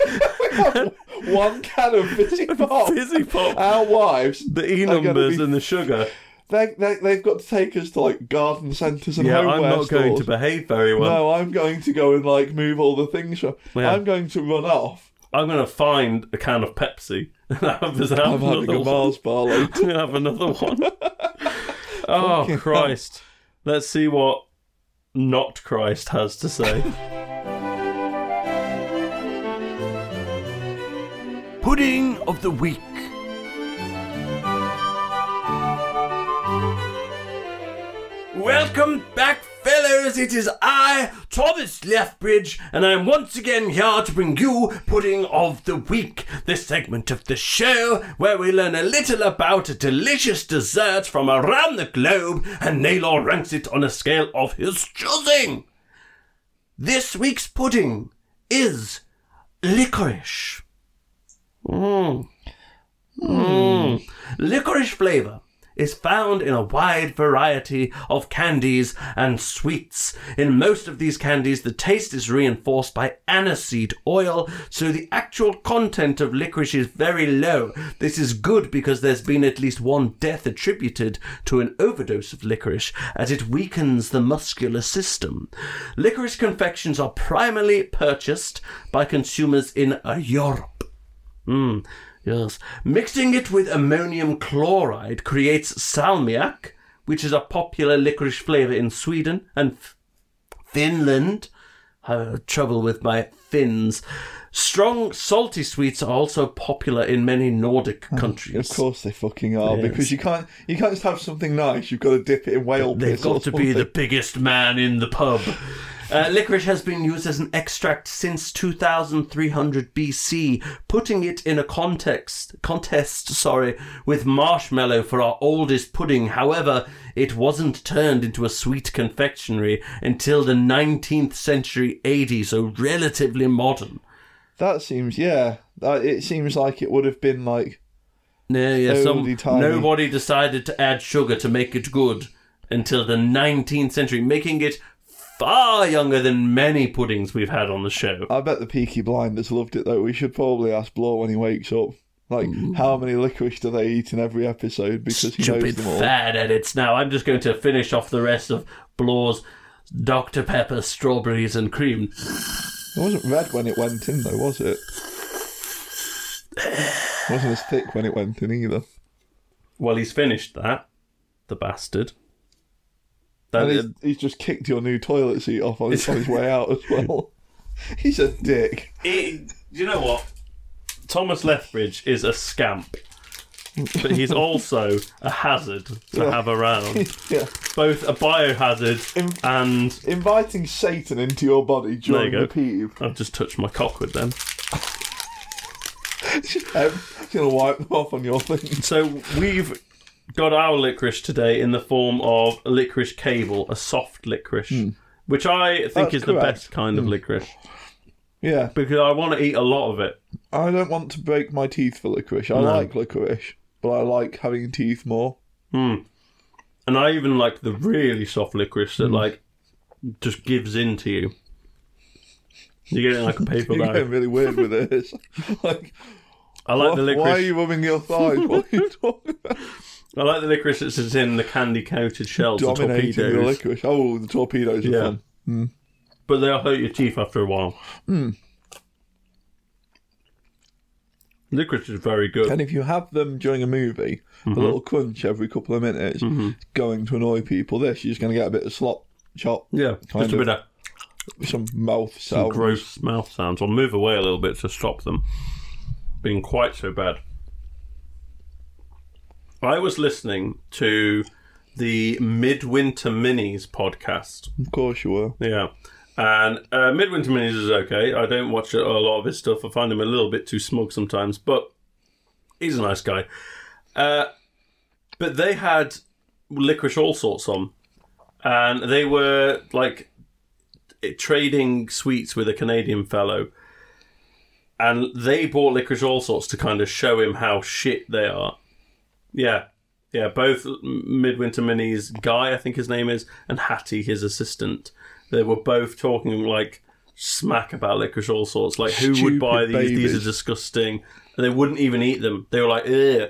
S2: one can of fizzy pop.
S4: Fizzy pop.
S2: Our wives,
S4: The E
S2: are gonna
S4: numbers
S2: be-
S4: and the sugar.
S2: they, they, they've got to take us to like garden centres and
S4: Yeah,
S2: homeware
S4: I'm not going to
S2: stores.
S4: behave very well.
S2: No, I'm going to go and like move all the things. From,
S4: Yeah.
S2: I'm going to run off.
S4: I'm gonna find a can of Pepsi and have, have
S2: I'm having
S4: another
S2: a
S4: one.
S2: Mars bar. later.
S4: I'm gonna have another one. oh Christ! Let's see what not Christ has to say.
S1: Pudding of the Week.
S4: Welcome back, fellows. It is I, Thomas Lethbridge, and I'm once again here to bring you Pudding of the Week, this segment of the show where we learn a little about a delicious dessert from around the globe, and Naylor ranks it on a scale of his choosing. This week's pudding is licorice. Mmm. Mmm. Licorice flavour is found in a wide variety of candies and sweets. In most of these candies, the taste is reinforced by aniseed oil, so the actual content of licorice is very low. This is good because there's been at least one death attributed to an overdose of licorice, as it weakens the muscular system. Licorice confections are primarily purchased by consumers in uh, Europe. Mm, yes. Mixing it with ammonium chloride creates salmiak, which is a popular licorice flavour in Sweden and F- Finland. I have trouble with my fins. Strong, salty sweets are also popular in many Nordic
S2: Hmm, Of
S4: countries.
S2: course they fucking are
S4: Yes.
S2: because you can't you can't just have something nice. You've got to dip it in whale
S4: They've
S2: piss or
S4: got to be the
S2: something.
S4: biggest man in the pub. Uh, licorice has been used as an extract since 2300 BC, putting it in a context contest, sorry, with marshmallow for our oldest pudding. However, it wasn't turned into a sweet confectionery until the 19th century AD, so relatively modern.
S2: That seems yeah. That, it seems like it would have been like
S4: Yeah, yeah. Some,
S2: Slowly, tiny.
S4: nobody decided to add sugar to make it good until the 19th century, making it far younger than many puddings we've had on the show.
S2: I bet the Peaky Blinders loved it though. We should probably ask Blore when he wakes up, like how many licorice do they eat in every episode because he knows
S4: Stupid
S2: them all.
S4: fad edits now. I'm just going to finish off the rest of Blore's Dr. Pepper, strawberries, and cream.
S2: It wasn't red when it went in though, was it? It wasn't as thick when it went in either.
S4: Well, he's finished that. The bastard. That
S2: And he's,
S4: is,
S2: he's just kicked your new toilet seat off on his, on his way out as well. He's a dick.
S4: it, you know what? Thomas Lethbridge is a scamp, but he's also a hazard to have around.
S2: Yeah.
S4: Both a biohazard and
S2: Inviting Satan into your body during
S4: There
S2: the
S4: you
S2: peeve.
S4: I've just touched my cock with them.
S2: Um, he's gonna wipe them off on your thing.
S4: So we've got our licorice today in the form of a licorice cable, a soft licorice, which I think
S2: Hmm. That's
S4: is the
S2: correct. Hmm.
S4: best kind of licorice
S2: Yeah.
S4: because I want to eat a lot of it.
S2: I don't want to break my teeth for licorice. I like licorice, but I like having teeth more.
S4: And I even like the really soft licorice
S2: Hmm.
S4: that like just gives in to you. You get it in like a paper
S2: You're getting
S4: bag.
S2: really weird with this. like,
S4: I like the
S2: why, why are
S4: licorice.
S2: you rubbing your thighs? What are you talking about?
S4: I like the licorice that's in the candy coated shells, the
S2: Dominating the
S4: torpedoes.
S2: licorice. Oh, the torpedoes are
S4: Yeah.
S2: fun.
S4: But they'll hurt your teeth after a while.
S2: Hmm.
S4: Licorice is very good.
S2: And if you have them during a movie,
S4: Mm-hmm.
S2: a little crunch every couple of minutes, it's going to annoy people. This, you're just going to get a bit of slop, chop,
S4: Yeah,
S2: kind
S4: just a
S2: of.
S4: bit of
S2: some mouth sound.
S4: gross mouth sounds. I'll move away a little bit to stop them being quite so bad. I was listening to the Midwinter Minis podcast.
S2: Of course you were.
S4: Yeah. And uh, Midwinter Minis is okay. I don't watch a lot of his stuff. I find him a little bit too smug sometimes, but he's a nice guy. Uh, but they had licorice all sorts on, and they were like it- trading sweets with a Canadian fellow. And they bought licorice all sorts to kind of show him how shit they are. Yeah. Yeah, both Midwinter Minis, Guy, I think his name is, and Hattie, his assistant, they were both talking like smack about licorice all sorts. Like, who would
S2: Stupid
S4: buy these? These
S2: babies.
S4: are disgusting. And they wouldn't even eat them. They were like, ugh,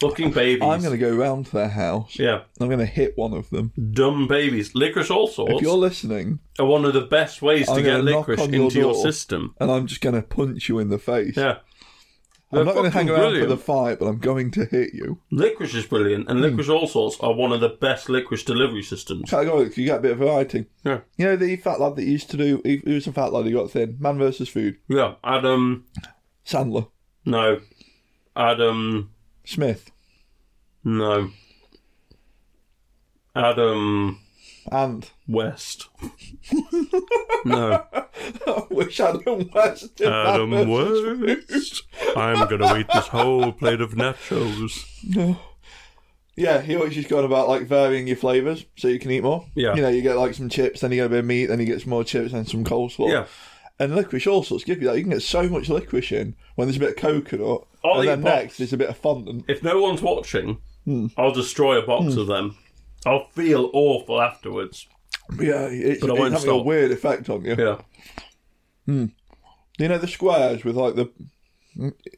S4: fucking babies.
S2: I'm going to go round to their house.
S4: Yeah,
S2: I'm going to hit one of them.
S4: dumb babies. Licorice all
S2: If
S4: sorts
S2: you're listening,
S4: are one of the best ways to
S2: I'm
S4: get
S2: gonna knock
S4: licorice
S2: on your
S4: into your
S2: door.
S4: system.
S2: and I'm just going to punch you in the face.
S4: Yeah.
S2: I'm not going to
S4: fucking
S2: hang around
S4: brilliant.
S2: for the fight, but I'm going to hit you.
S4: Licorice is brilliant,
S2: Hmm.
S4: and licorice all sorts are one of the best licorice delivery systems.
S2: Categorically, you get a bit of variety.
S4: Yeah,
S2: You know the fat lad that used to do. He, he was a fat lad who got thin. Man versus food.
S4: yeah. Adam,
S2: Sandler,
S4: no, Adam,
S2: Smith,
S4: no, Adam
S2: and
S4: West. no,
S2: I wish Adam West. Did Man
S4: Adam
S2: versus
S4: um, West. I'm gonna eat this whole plate of nachos.
S2: Yeah, he always just going about like varying your flavors so you can eat more.
S4: Yeah.
S2: you know, you get like some chips, then you get a bit of meat, then you get some more chips, then some coleslaw.
S4: Yeah.
S2: And licorice all sorts give you that. You can get so much licorice in when there's a bit of coconut,
S4: I'll
S2: and
S4: eat
S2: then
S4: box.
S2: next is a bit of fondant.
S4: if no one's watching, I'll destroy a box of them. I'll feel awful afterwards.
S2: Yeah, it's,
S4: But I
S2: it's
S4: won't
S2: having a
S4: stop.
S2: weird effect on you.
S4: Yeah.
S2: You know the squares with like the,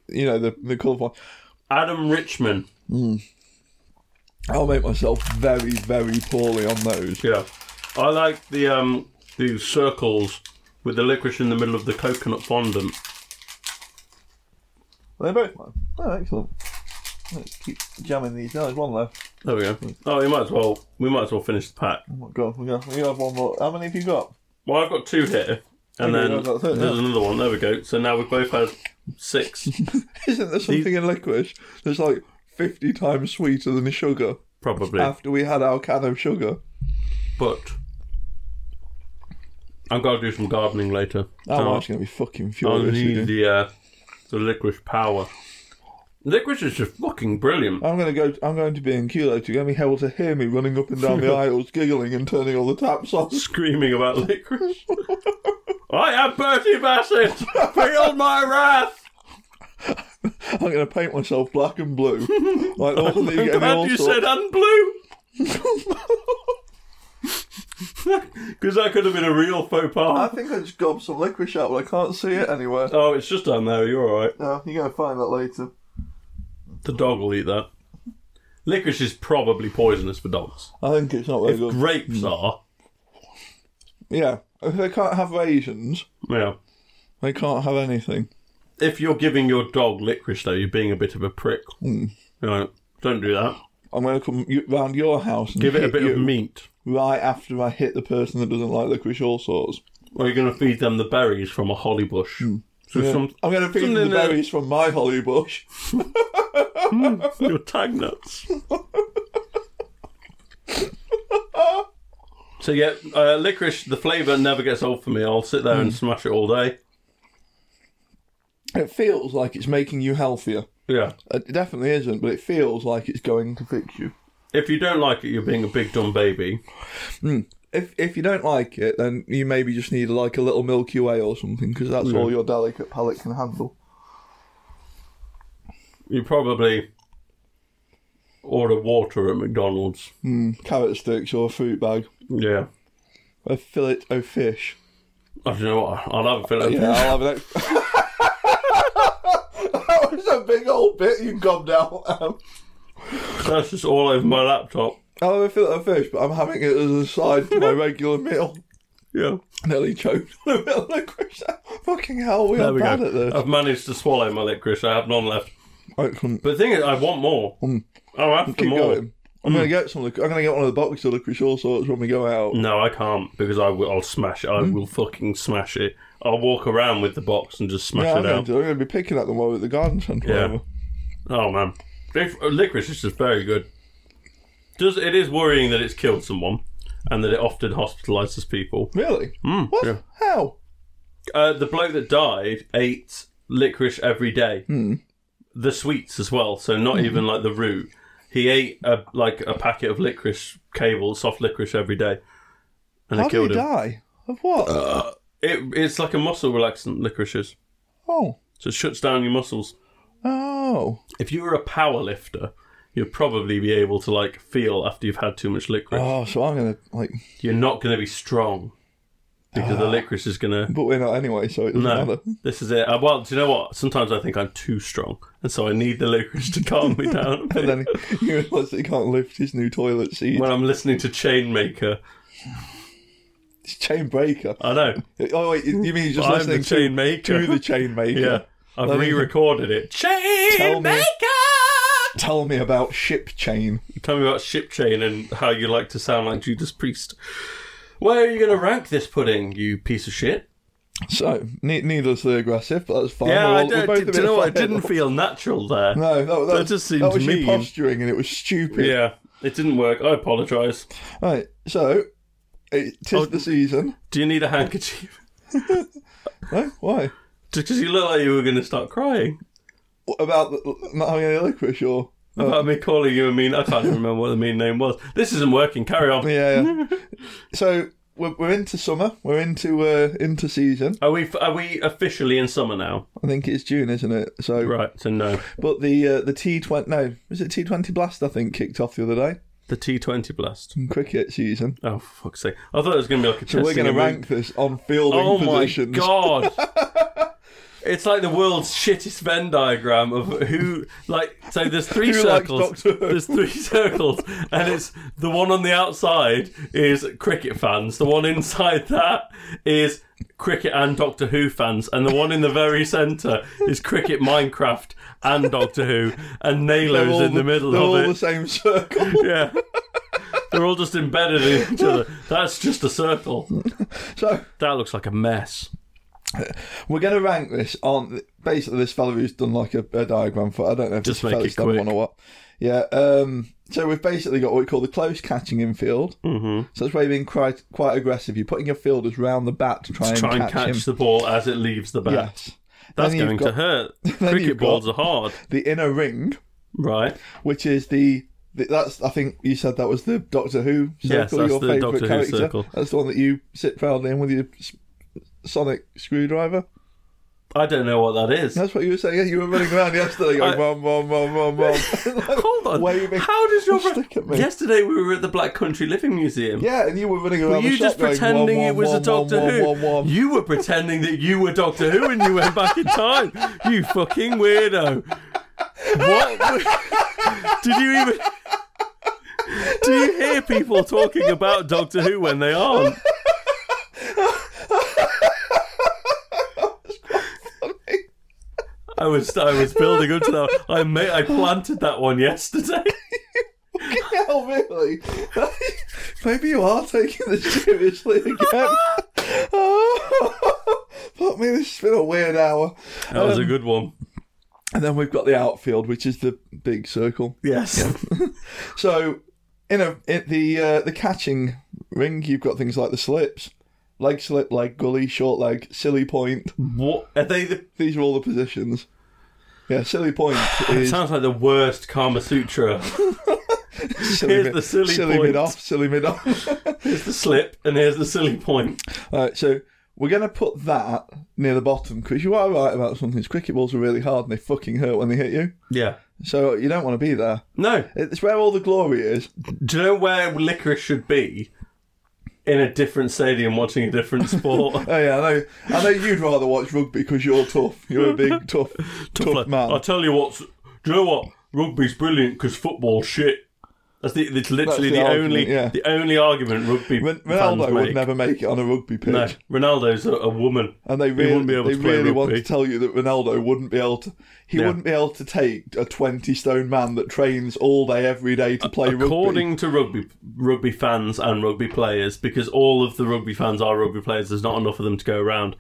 S2: you know the the colourful. one.
S4: Adam Richman.
S2: I'll make myself very very poorly on those.
S4: Yeah. I like the um the circles with the licorice in the middle of the coconut fondant.
S2: They're both mine. Oh, excellent. Let's keep jamming these down. There's one left.
S4: There we go. Oh, we might as well we might as well finish the pack.
S2: Oh my god, we got we have one more. How many have you got?
S4: Well, I've got two here, and
S2: Okay,
S4: then
S2: I've got third,
S4: there's
S2: yeah.
S4: another one. There we go. So now we've both had six,
S2: Isn't there something in licorice that's like fifty times sweeter than sugar?
S4: probably.
S2: After we had our can of sugar,
S4: but I've got to do some gardening later.
S2: our
S4: So-
S2: wife's gonna be fucking
S4: I
S2: furious.
S4: need
S2: with you.
S4: the uh, the licorice power. Licorice is just fucking brilliant.
S2: I'm gonna go. I'm going to be in Kilo to get me able to hear me running up and down the aisles, giggling and turning all the taps on.
S4: Screaming about licorice. I am Bertie Bassett. Feel my wrath.
S2: I'm going to paint myself black and blue, like the one that you
S4: I'm
S2: get in
S4: glad
S2: all
S4: you
S2: sorts.
S4: said and blue. Because that could have been a real faux
S2: I
S4: pas.
S2: think I just gobbed some licorice out, but I can't see it anywhere.
S4: Oh, it's just down there. You're all right.
S2: No, you're gonna find that later.
S4: The dog will eat that. Licorice is probably poisonous for dogs.
S2: I think it's not very good.
S4: Grapes are.
S2: yeah, if they can't have raisins,
S4: Yeah.
S2: they can't have anything.
S4: If you're giving your dog licorice, though, you're being a bit of a prick.
S2: Hmm.
S4: Right. Don't do that.
S2: I'm gonna come y- round your house and
S4: Give it a
S2: hit
S4: bit
S2: you
S4: of meat.
S2: right after I hit the person that doesn't like licorice all sorts.
S4: Or you're going to feed them the berries from a holly bush. So
S2: Hmm. Yeah.
S4: some,
S2: I'm gonna feed them the
S4: something that-
S2: berries from my holly bush.
S4: your tag nuts. so yeah, uh, licorice. The flavour never gets old for me. I'll sit there
S2: Hmm.
S4: and smash it all day.
S2: It feels like it's making you healthier.
S4: Yeah.
S2: It definitely isn't, but it feels like it's going to fix you.
S4: If you don't like it, you're being a big dumb baby.
S2: If if you don't like it, then you maybe just need like a little Milky Way or something because that's all your delicate palate can handle.
S4: You probably order water at McDonald's.
S2: Carrot sticks or a fruit bag,
S4: Yeah.
S2: a fillet of fish.
S4: I don't know what. I'll have a fillet.
S2: Yeah, I'll have an extra. that was a big old bit you gobbed out. Um,
S4: That's just all over my laptop.
S2: I'll have a fillet of fish, but I'm having it as a side to my regular meal.
S4: Yeah.
S2: Nearly choked on a bit of licorice. Fucking hell, we
S4: There
S2: are
S4: we
S2: bad at
S4: go. Oh.
S2: this.
S4: I've managed to swallow my licorice. I have none left.
S2: Excellent.
S4: But the thing is, I want more. I'm after
S2: Mm. Keep
S4: more. Mm.
S2: going. I'm gonna get some. lic- I'm gonna get one of the boxes of licorice all sorts when we go out.
S4: No, I can't because I will, I'll smash it. I
S2: Mm.
S4: will fucking smash it. I'll walk around with the box and just smash
S2: Yeah, I'm
S4: it
S2: going,
S4: out.
S2: to, I'm going to be picking at them over at the garden centre.
S4: Yeah.
S2: whatever.
S4: Oh man, This- uh, licorice is just very good. Does it is worrying that it's killed someone and that it often hospitalises people.
S2: Really?
S4: Mm,
S2: What?
S4: yeah.
S2: How?
S4: Uh, the bloke that died ate licorice every day.
S2: Hmm.
S4: The sweets as well, so not even like the root. He ate a, like a packet of licorice cable, soft licorice every day, and
S2: How
S4: it
S2: do you
S4: killed him. Uh.
S2: die? Of what?
S4: It, it's like a muscle relaxant. Licorice is.
S2: oh.
S4: So it shuts down your muscles.
S2: Oh.
S4: If you were a power lifter, you'd probably be able to like feel after you've had too much licorice.
S2: Oh, so I'm going to, like,
S4: You're not going to be strong because
S2: Ah.
S4: the licorice is going to.
S2: but we're not anyway, so it doesn't matter.
S4: No, this is it. Uh, well, do you know what? Sometimes I think I'm too strong, and so I need the licorice to calm me down. a
S2: And
S4: bit.
S2: then he realises he can't lift his new toilet seat.
S4: when I'm listening to Chainmaker,
S2: It's chain breaker.
S4: I know
S2: Oh, wait, you mean he's just
S4: I'm the
S2: listening to,
S4: Chainmaker.
S2: to the chain maker?
S4: yeah, I've
S2: Let me-
S4: re-recorded it.
S2: Tell me.
S4: Chainmaker.
S2: Tell me about ship chain.
S4: Tell me about ship chain and how you like to sound like Judas Priest. Where are you going to rank this pudding, you piece of shit?
S2: So, ne- needlessly aggressive, but that's fine.
S4: Yeah, I
S2: We're all- Oh, we're
S4: don't,
S2: both a
S4: do, do
S2: bit
S4: you know what? It
S2: fine.
S4: didn't feel natural there.
S2: No, that, that,
S4: That just seems
S2: that was you
S4: mean.
S2: posturing, and it was stupid.
S4: Yeah, it didn't work. I apologise.
S2: Right, so it tis
S4: Oh.
S2: the season.
S4: Do you need a handkerchief?
S2: No, why?
S4: Just because you look like you were going to start crying
S2: What about the, not having any licorice or? uh,
S4: about me calling you a mean. I can't even remember what the mean name was. This isn't working. Carry on.
S2: Yeah. yeah. so we're, we're into summer. We're into uh, into season.
S4: Are we are we officially in summer now?
S2: I think it's June, isn't it? So,
S4: Right. So no,
S2: but the uh, the T twenty no, was it T twenty blast? I think kicked off the other day
S4: the T Twenty blast.
S2: in cricket season.
S4: Oh fuck's sake! I thought it was going to be like a.
S2: So we're
S4: testing
S2: going to
S4: of-
S2: rank this on fielding
S4: Oh
S2: positions.
S4: my god! It's like the world's shittest Venn diagram of who, like, so there's three
S2: Who likes
S4: circles.
S2: Doctor Who?
S4: There's three circles, and it's the one on the outside is cricket fans. The one inside that is cricket and Doctor Who fans, and the one in the very centre is cricket, Minecraft, and Doctor Who, and
S2: They're
S4: Nalo's
S2: all
S4: in the middle
S2: they're
S4: of
S2: all
S4: it.
S2: the same circle.
S4: Yeah, they're all just embedded in each other. That's just a circle.
S2: so
S4: That looks like a mess.
S2: We're going to rank this on basically this fellow who's done like a, a diagram for I don't know if
S4: Just
S2: this
S4: make
S2: fella's
S4: it
S2: done
S4: quick.
S2: one or what. Yeah. Um, so we've basically got what we call the close catching infield. Mm-hmm. So that's where you're being quite quite aggressive. You're putting your fielders round the bat to try,
S4: try
S2: and,
S4: and catch,
S2: him.
S4: the ball as it leaves the bat.
S2: Yes.
S4: That's
S2: Then you've
S4: going
S2: got
S4: to hurt.
S2: you've
S4: Cricket balls
S2: got-
S4: are hard,
S2: The inner ring,
S4: right?
S2: which is the, the that's I think you said that was the Doctor Who circle.
S4: Yes, that's
S2: your
S4: the
S2: favourite
S4: Doctor Who
S2: character.
S4: circle.
S2: That's the one that you sit proudly in with your s- sonic screwdriver.
S4: I don't know what that is.
S2: That's what you were saying. Yeah, you were running around yesterday going, mom, mom, mom, mom, mom.
S4: Hold on.
S2: Waving.
S4: How does your bra-
S2: Stick at me.
S4: yesterday we were at the Black Country Living Museum?
S2: Yeah, and you were running around
S4: Were you
S2: the shop
S4: just pretending
S2: going,
S4: it was a Doctor Who? You were pretending that you were Doctor Who and you went back in time. You fucking weirdo. What? were- Did you even. Do you hear people talking about Doctor Who when they aren't? I was I was building up to that. I made, I planted that one yesterday.
S2: Hell, really? Maybe you are taking this seriously again. oh, fuck me, this has been a weird hour.
S4: That was a good one.
S2: And then we've got the outfield, which is the big circle.
S4: Yes.
S2: So, in a in the uh, the catching ring, you've got things like the slips, leg slip, leg gully, short leg, silly point.
S4: What are they? The,
S2: These are all the positions. Yeah, silly point is
S4: sounds like the worst Kama Sutra.
S2: silly,
S4: here's
S2: mid-
S4: the silly point.
S2: mid off, silly mid off.
S4: Here's the slip, and here's the silly point.
S2: All right, so we're going to put that near the bottom because you are right about something. is Cricket balls are really hard and they fucking hurt when they hit you.
S4: Yeah.
S2: So you don't want to be there.
S4: No.
S2: It's where all the glory is.
S4: Do you know where licorice should be? In a different stadium, watching a different sport.
S2: Oh yeah, I know. I know you'd rather watch rugby because you're tough. You're a big tough, tough,
S4: Like,
S2: man.
S4: I tell you what. Do you know what? Rugby's brilliant because football's shit. That's the. That's literally
S2: the
S4: the,
S2: argument,
S4: only.
S2: yeah.
S4: The only argument rugby
S2: Ren-
S4: fans
S2: Ronaldo would
S4: make.
S2: never make it on a rugby pitch,
S4: No, Ronaldo's a, a woman.
S2: and they really,
S4: wouldn't be able
S2: they
S4: to play
S2: really want to
S4: rugby.
S2: tell you that Ronaldo wouldn't be able to. He
S4: Yeah.
S2: wouldn't be able to take a twenty-stone man that trains all day, every day to play rugby.
S4: According to rugby rugby fans and rugby players, because all of the rugby fans are rugby players, there's not enough of them to go around.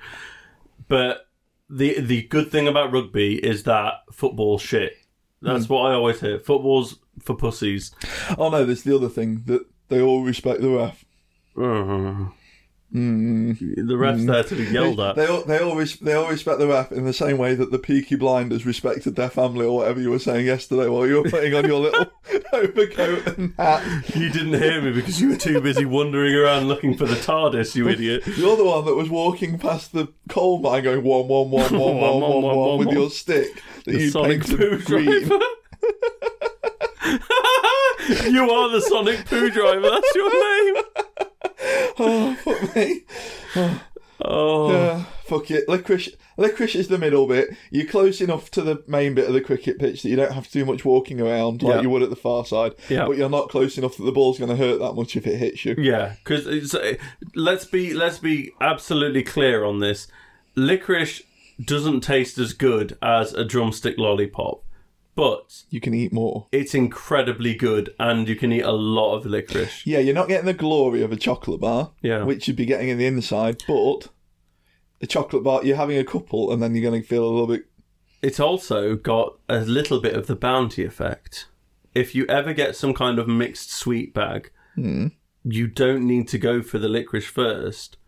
S4: But the the good thing about rugby is that football's shit. That's
S2: Hmm.
S4: what I always hear. Football's for pussies.
S2: Oh no, there's the other thing that they all respect the ref. Hmm.
S4: Mm. The ref's there to be
S2: They,
S4: yelled at.
S2: they all they all, res- they all respect the ref in the same way that the Peaky Blinders respected their family or whatever you were saying yesterday while you were putting on your little overcoat and hat.
S4: You didn't hear me because you were too busy wandering around looking for the TARDIS, you idiot.
S2: You're the one that was walking past the coal mine going one one one one one one one one with your stick that
S4: The
S2: you
S4: Sonic Poo
S2: painted green.
S4: Driver. you are the Sonic Poo Driver. That's your name.
S2: Oh, fuck me.
S4: Oh,
S2: Uh, fuck it. Licorice, licorice is the middle bit. You're close enough to the main bit of the cricket pitch that you don't have to do much walking around like
S4: Yeah.
S2: you would at the far side.
S4: Yeah.
S2: But you're not close enough that the ball's going to hurt that much if it hits you.
S4: yeah. Because uh, let's be let's be absolutely clear on this. Licorice doesn't taste as good as a drumstick lollipop, but
S2: You can eat more.
S4: it's incredibly good, and you can eat a lot of licorice.
S2: Yeah, you're not getting the glory of a chocolate bar,
S4: Yeah.
S2: which you'd be getting in the inside, but a chocolate bar, you're having a couple and then you're going to feel a little bit.
S4: It's also got a little bit of the bounty effect. If you ever get some kind of mixed sweet bag,
S2: Hmm.
S4: you don't need to go for the licorice first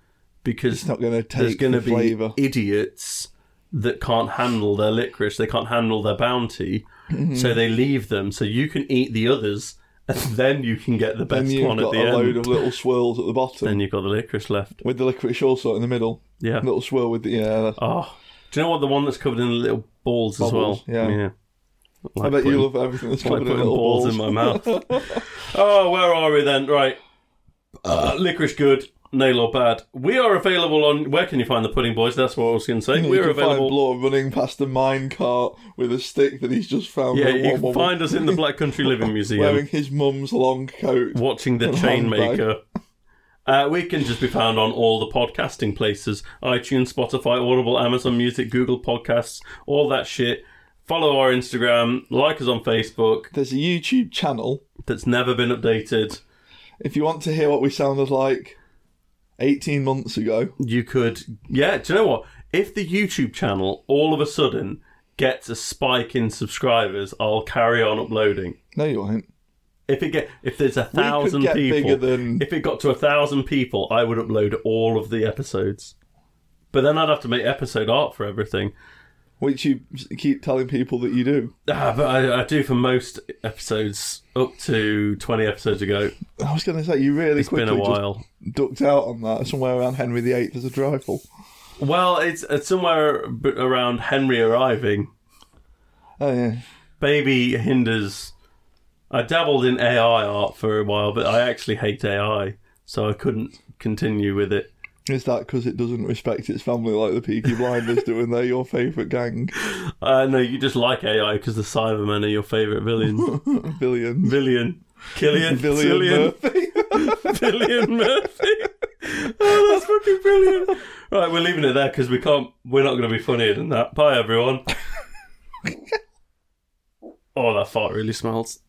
S4: because
S2: It's not going to
S4: there's
S2: take
S4: going to
S2: the
S4: be
S2: flavour.
S4: idiots that can't handle their licorice. They can't handle their bounty,
S2: Mm-hmm.
S4: so they leave them. So you can eat the others, and then you can get the
S2: Then
S4: best
S2: you've
S4: one at
S2: got
S4: the
S2: a
S4: end.
S2: load of little swirls at the bottom
S4: Then you've got the licorice left.
S2: with the licorice also in the middle.
S4: Yeah.
S2: Little swirl with the. Yeah,
S4: Oh, do you know what? The one that's covered in little balls
S2: Bubbles,
S4: as well.
S2: yeah.
S4: Like
S2: I bet you
S4: putting-
S2: love everything that's
S4: like
S2: covered in
S4: putting
S2: little
S4: balls, in my mouth. oh, where are we then? Right. Uh, licorice good, nail or bad. We are available on. Where can you find the Pudding Boys? That's what I was going to say.
S2: You
S4: We're
S2: can
S4: available.
S2: find Blore running past a mine cart with a stick that he's just found.
S4: yeah,
S2: with
S4: you
S2: one-
S4: can
S2: one-
S4: find us in the Black Country Living Museum
S2: wearing his mum's long coat.
S4: watching the
S2: handbag.
S4: Chainmaker. Uh, we can just be found on all the podcasting places iTunes, Spotify, Audible, Amazon Music, Google Podcasts, all that shit. Follow our Instagram, like us on Facebook.
S2: There's a YouTube channel.
S4: That's never been updated.
S2: If you want to hear what we sounded like 18 months ago,
S4: you could yeah do you know what if the youtube channel all of a sudden gets a spike in subscribers i'll carry on uploading
S2: no, you won't.
S4: if it get if there's a thousand
S2: get
S4: people
S2: bigger than-
S4: if it got to a thousand people i would upload all of the episodes but then i'd have to make episode art for everything
S2: Which you s- keep telling people that you do.
S4: ah, but I, I do for most episodes up to 20 episodes ago
S2: I was going to say, you really
S4: it's
S2: quickly
S4: been a while
S2: just ducked out on that somewhere around Henry VIII as a trifle.
S4: Well, it's, it's somewhere b- around Henry arriving.
S2: Oh yeah.
S4: Baby hinders. I dabbled in AI art for a while, but I actually hate AI, so I couldn't continue with it.
S2: Is that because it doesn't respect its family like the Peaky Blinders do, and they're your favourite gang?
S4: Uh, no, you just like AI because the Cybermen are your favourite villain.
S2: Billion.
S4: Billion. Killian.
S2: Billion
S4: Billion.
S2: Murphy.
S4: Billion Murphy. Oh, that's fucking brilliant. Right, we're leaving it there because we can't. We're not going to be funnier than that. Bye, everyone. oh, that fart really smells.